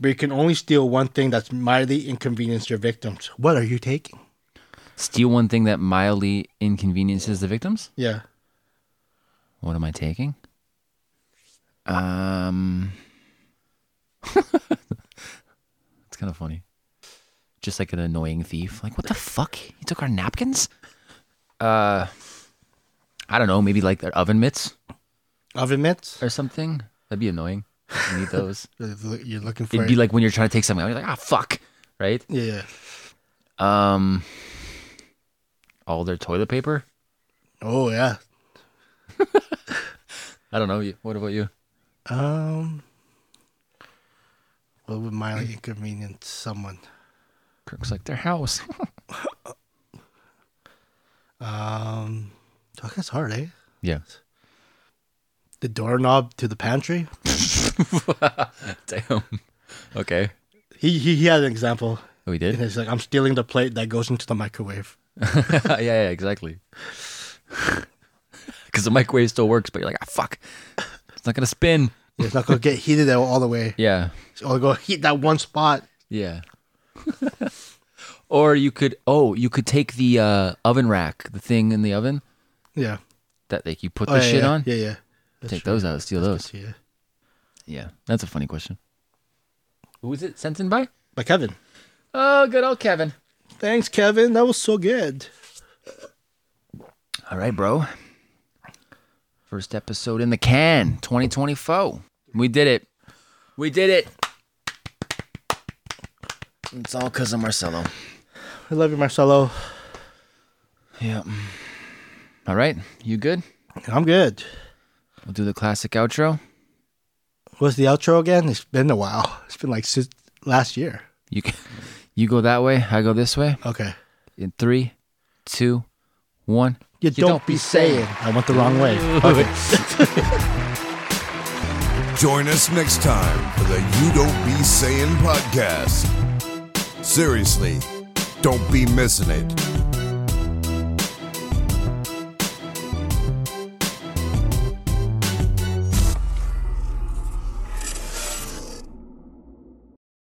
Speaker 1: but you can only steal one thing that's mildly inconvenienced your victims. What are you taking?
Speaker 2: Steal one thing that mildly inconveniences the victims.
Speaker 1: Yeah.
Speaker 2: What am I taking? Um, it's kind of funny. Just like an annoying thief. Like, what the fuck? He took our napkins. Uh, I don't know. Maybe like their oven mitts
Speaker 1: Oven mitts?
Speaker 2: or something. That'd be annoying. You need those.
Speaker 1: You're you're looking for
Speaker 2: It'd be like when you're trying to take something. out, You're like, ah, fuck, right?
Speaker 1: Yeah, yeah.
Speaker 2: Um, all their toilet paper.
Speaker 1: Oh yeah.
Speaker 2: I don't know. You- What about you?
Speaker 1: Um what would mildly inconvenience someone?
Speaker 2: Kirk's like their house.
Speaker 1: Um oh, that's hard, eh?
Speaker 2: yeah.
Speaker 1: The doorknob to the pantry?
Speaker 2: Damn. Okay.
Speaker 1: He he, he had an example.
Speaker 2: Oh, he
Speaker 1: And
Speaker 2: did.
Speaker 1: it's like I'm stealing the plate that goes into the microwave.
Speaker 2: yeah, yeah, exactly. Because the microwave still works, but you're like, ah, fuck, it's not gonna spin.
Speaker 1: It's not gonna get heated all all the way.
Speaker 2: Yeah.
Speaker 1: It's only gonna heat that one spot.
Speaker 2: Yeah. or you could, oh, you could take the uh, oven rack, the thing in the oven
Speaker 1: Yeah.
Speaker 2: that like you put
Speaker 1: Oh,
Speaker 2: the
Speaker 1: yeah,
Speaker 2: shit
Speaker 1: yeah,
Speaker 2: on.
Speaker 1: Yeah, yeah.
Speaker 2: take those out, steal those.
Speaker 1: Yeah.
Speaker 2: Yeah, that's a funny question. Who is it sent in by?
Speaker 1: By Kevin.
Speaker 2: Oh, good old Kevin.
Speaker 1: Thanks, Kevin. That was so good.
Speaker 2: All right, bro. First episode in the can, 2024. We did it. We did it. It's all because of Marcelo.
Speaker 1: I love you, Marcelo.
Speaker 2: Yeah. All right, you good?
Speaker 1: I'm good.
Speaker 2: We'll do the classic outro.
Speaker 1: What's the outro again? It's been a while. It's been like since last year.
Speaker 2: You can, you go that way, I go this way.
Speaker 1: Okay.
Speaker 2: In three, two, one.
Speaker 1: You, don't, be saying. I went the wrong way. Okay.
Speaker 4: Join us next time for the You Don't Be Saying podcast. Seriously, don't be missing it.